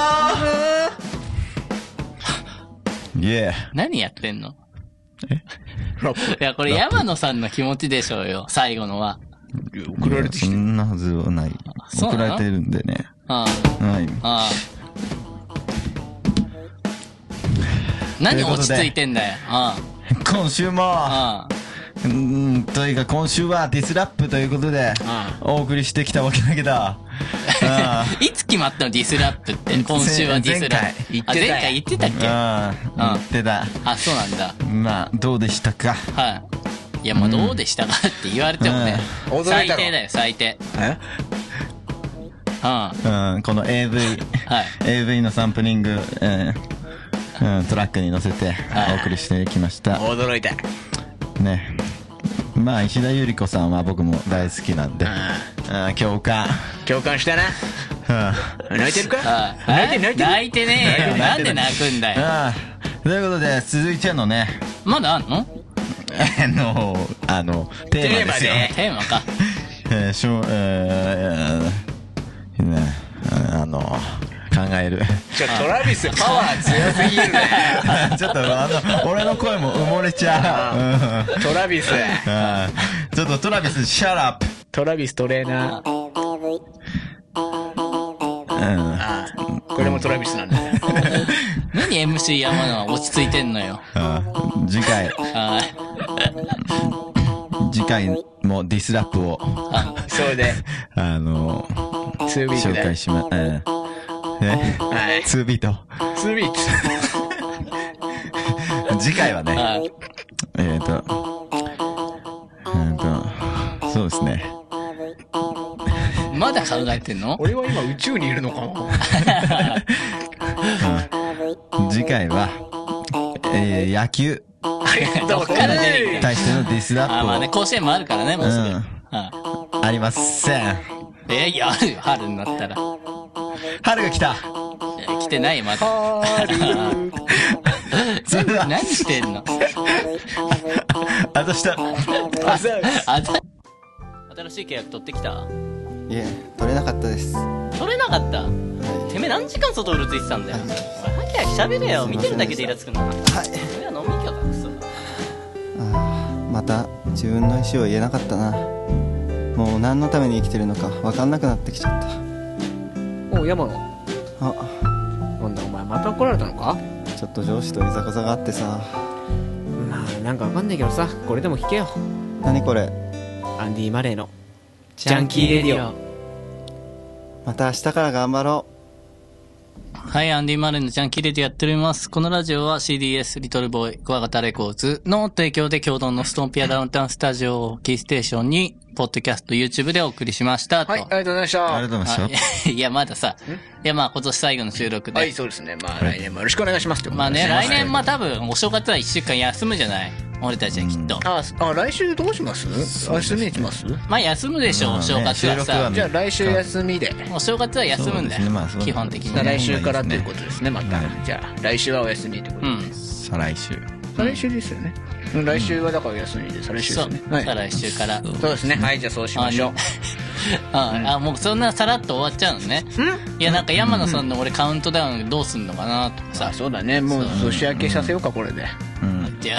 C: イエ
B: 何やってんのいや、これ山野さんの気持ちでしょうよ、最後のは。
A: 送られて
C: ー。そ
A: きて。
C: んなはずはない。
B: そう
C: 送
B: なの
C: られてるんでね。
B: あ
C: はい。
B: あ、ああ。何落ち着いてんだよ。あ
C: 今週も、
B: あ、あ
C: うーん、というか今週はディスラップということで、お送りしてきたわけだけ ど、
B: あ。いつ決まったのディスラップって。今週はディスラップ。
C: 前
B: あ
C: 回言ってたよ
B: 前回言ってたっ
C: うん、
B: けあ
C: 言ってた。
B: そうなんだ。
C: まあ、どうでしたか
B: はい。いや、もうどうでしたかって言われてもね。
A: うん驚
B: 最
A: いたろ
B: 低だよ、最低。
A: え
B: うん。は
C: うん、この AV、
B: はい
C: AV のサンプリング、えーうん、トラックに乗せて
B: はい
C: お送りしてきました。
A: 驚いた。
C: ね。まあ、石田ゆり子さんは僕も大好きなんで、うん、共感。
A: 共感したな。
C: うん
A: 泣いてる か
B: い。
A: 泣いてる泣いてる
B: 泣いてねえよ。なんで泣くんだよ。
C: ああということで、続いてのね、
B: まだあんの
C: あの、あの、テーマですよ。
A: テ
B: テーマか。
C: えー、しょう、えー、ね、あの、考え る。
A: ちょ、トラビスパワー強すぎるね。
C: ちょっとあの、俺の声も埋もれちゃう。うん
A: トラビス。
C: あーちょっとトラビス、シャラップ。
A: トラビストレーナー。
C: うん
A: あこれもトラビスなんだ。
B: 何 MC 山野は落ち着いてんのよ。
C: あー次回、
B: はい。
C: 次回もディスラップを、
A: それで、
C: あの、
A: ツービート
C: 紹
A: で
C: 介。しま、えー、ね、
A: はい。
C: 2ビート。
A: ツービート。
C: 次回はね、
B: はい。
C: えっ、ー、と、えー、と、そうですね。
B: まだ考えてんの
A: 俺は今宇宙にいるのかな
C: 次回は、えー、野球
B: どっから出て
C: に
B: きた
C: 対してのディスラ
B: あ、まあね、
C: ップ
B: 甲子園もあるからね、もうすぐ。
C: うん
B: は
C: をありません。
B: いえ、いや、あるよ、春になったら。
C: 春が来た
B: え来てないよまだ。
C: それでは、
B: 何してんの
C: あとした。
B: あた新しい契約取ってきた
G: いえ取れなかったです
B: 取れなかったてめえ何時間外うろついてたんだよ。お前ハキハキ喋れよ。見てるだけでイラつくんだな。
G: はい
B: 俺は飲み行きゃだ、クソだ。
G: あーまた自分の意思を言えなかったなもう何のために生きてるのか分かんなくなってきちゃっ
E: おう山野
G: たあ
E: なんだお前また怒られたのか
G: ちょっと上司といざこざがあってさ
E: まあなんかわかんないけどさこれでも聞けよ
G: 何これ
E: アンディ・マレーのジャンキーレディオ
G: また明日から頑張ろ
B: はい、アンディ・マレーのジャンキレディやっております。このラジオは CDS リトルボーイクワガタレコーズの提供で共同のストンピアダウンタウンスタジオをキーステーションに、ポッドキャスト、YouTube でお送りしましたと。
A: はい、ありがとうございました。
C: ありがとうございました。
B: あいや、まださ、いや、まあ今年最後の収録で。
A: はい、そうですね。まあ、来年もよろしくお願いしますってこと
B: まあね、
A: です
B: 来年、まあ多分、お正月は一週間休むじゃない俺たちはきっと。
A: あ、すあ来週どうします休み行きます
B: まあ休むでしょ、
C: まあ
B: お
C: ね
B: 正月は
C: 収録は
B: さ。
C: ね
A: じゃあ来週休みで。
B: お正月は休むんだ
C: そうですね
B: よ
C: まあそう。
B: 基本的
C: そ
B: に
C: う
B: ね。
A: 来週からということですね、また。じゃあ、来週はお休みってこ
B: う
A: と
B: ん。
C: 再来週。
A: 再来週ですよね。うん来週はだから休みで、再来週です
B: そう。
A: ね。は
B: 再
A: い。
B: 来週から。
A: そうですね。はい、じゃあそうしましょう。
B: ああ、もうそんなさらっと終わっちゃうのね。いや、なんか山野さんの俺カウントダウンどうすんのかなとかさ
A: あ、。そうだね。もう年明けさせようか、これで。
C: うん。
B: いや、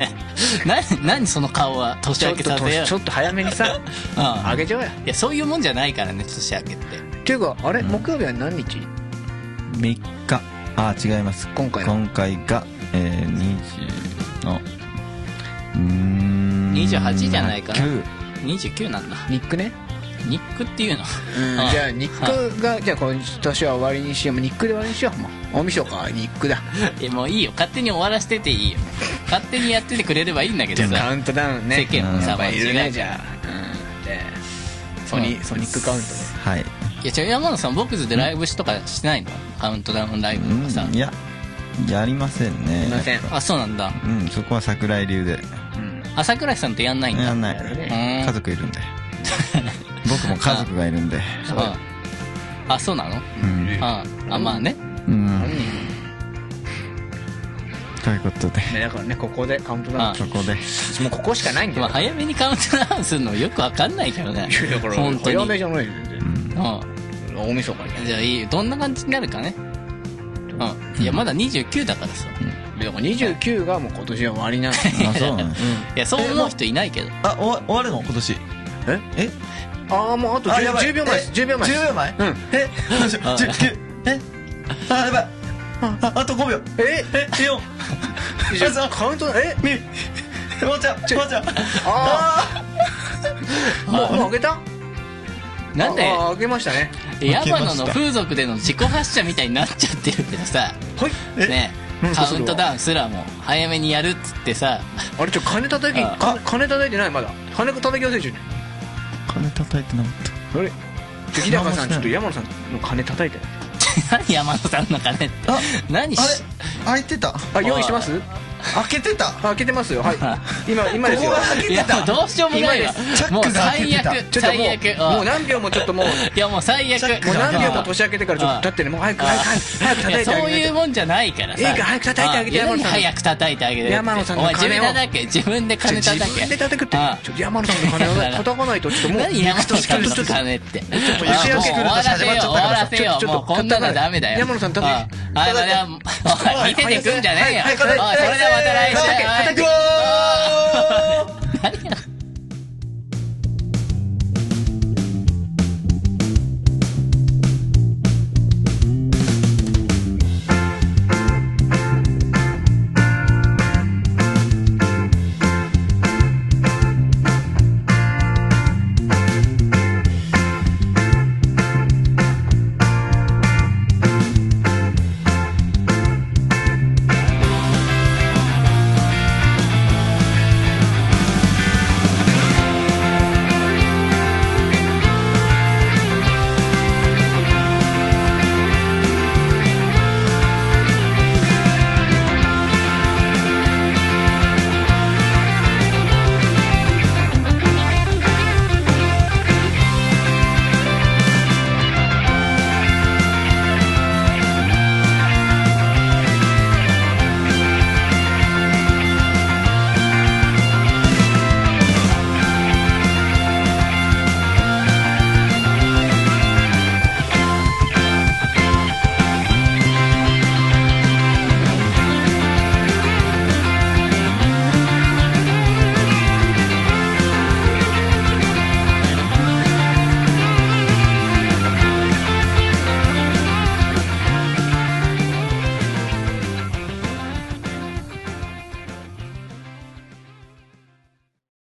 B: 何、何その顔は年
A: ちょ
B: 明
A: っ
B: け
A: と
B: させよ
A: 年、ちょっと早めに さ、
B: う。
A: あげちゃおうや。
B: うん。いや、そういうもんじゃないからね、年明けって。
A: っていうか、あれ、木曜日は何日
C: 3日。あ、違います。
A: 今回の
C: 今回が、えー、20の、うーん。
B: 28じゃないかな
C: 9
B: 29なんだ。
A: ニックね。
B: ニックっていうの。
A: うん
B: ああ
A: じゃあ、ニックが、じゃあ今年は終わりにしよう。ニックで終わりにしよう。もう、大晦日か、ニックだ。
B: えもういいよ勝手に終わらせてていいよ勝手にやっててくれればいいんだけど
A: カ
B: さ
A: ウントダウンね。
B: 世間もさ
A: やっぱいる
B: 間違
A: ね、
B: え
A: じゃあ。うんでソニ
B: う
A: ー、ソニックカウントね。
C: はい。
B: いや違う山野さんボクズでライブしとかしてないのカウントダウンライブとかさ
C: うんいや、やりませんね。
A: すいません。
B: あそうなんだ
C: うん、そこは桜井流で。
A: うん
B: 朝倉さんってやんないんだ
C: やんない。
B: うん
C: 家族いるんで。僕も家族がいるんで。
B: ああそうなの
C: うん。
B: ああまあね
C: うん。ということで、
A: ねだからね、ここでカウントダ
B: あ
A: ウン。
C: そこで。
A: もうここしかないんだ
B: まあ
A: よ。
B: 早めにカウントダウンするのよくわかんないけどね
A: いやだから
B: 本当
A: 早
B: に
A: めじゃないよ、全然。
B: う
A: 大晦日に。
B: んじゃあいいどんな感じになるかねうんいやまだ29だからさ
A: だから29がもう今年は終わりなの。
C: あ、そうなんです。
B: いやそう思う人いないけど
F: あ、終わ終わるの今年。ええ
A: ああ、もうあと
F: あ、やばい。
A: 10秒前です。10秒前です
F: 10秒前
A: うん。
F: え十九えあ、やばい。あ、あと5秒。
A: え
F: え、4。
A: じゃあカウントダウン、え
F: み、終わっちゃう。終わっちゃう。
A: ああ。もう、もうあげた
B: なんで
A: ああ、あげましたね。
B: ヤバノの風俗での自己発射みたいになっちゃってるけどさ
A: はい。
B: ねカウントダウンすらも早めにやるっつってさ
A: あれ、ちょ、金叩き、
B: あ
A: か金叩いてない、まだ。金叩き忘れちゃう。
F: 金叩いてなかった。
A: あれ出高さん、ちょっと山野さんの金叩いて。
B: 何山野さんの金って
F: あ
B: 何
F: あ
B: し
F: れ開いてた
A: あ、用意してます
F: 開けてた
A: あ開けてますよ。 はい。今、今ですよ
F: ここ。が開
B: い
F: け
B: や
F: て
B: もう
F: た
B: どうしようもないわ
A: 今
F: チャック
B: もう
F: が開け
B: 最
F: てた
A: ちょっと
B: 悪
A: も
B: 最悪
A: う、も
B: う
A: うん何秒もちょっともう、
B: いやもう最悪
F: チャック
A: もう
F: が
A: 何秒も年明けてからちょっと、だってね、もう早く、早く、早く
B: い
A: 叩
B: や
A: いてあ
B: そう
A: げ
B: い
A: な
B: う
A: い
B: もんじゃないからさ
A: いいから早く叩いてあげて
B: あいや
A: 山野さん
B: 何早く叩いてあげて
A: 山野さんの
B: お前自
A: 金を
B: 分で叩け自分で
A: と。ちょ
B: 金
A: 自
B: 叩け
A: 分で叩くって
B: あ、
A: ちょっと山野さんの金をね叩かないと、ちょっともう、
B: 何山野さんの
A: ちょっと
B: 金ってもう
A: と吉明
B: 終わらせよう
F: 来ると始ま
B: 終
F: っちゃった
B: わ
F: から
B: らせよ
A: ちょ
B: もうこんなのダメだよ
A: 山野さん叩け
B: あああれはおい見ててくんじゃねえよ
A: はい
B: おい
A: はい
B: それではまた来週
A: 叩け叩け
B: おい何や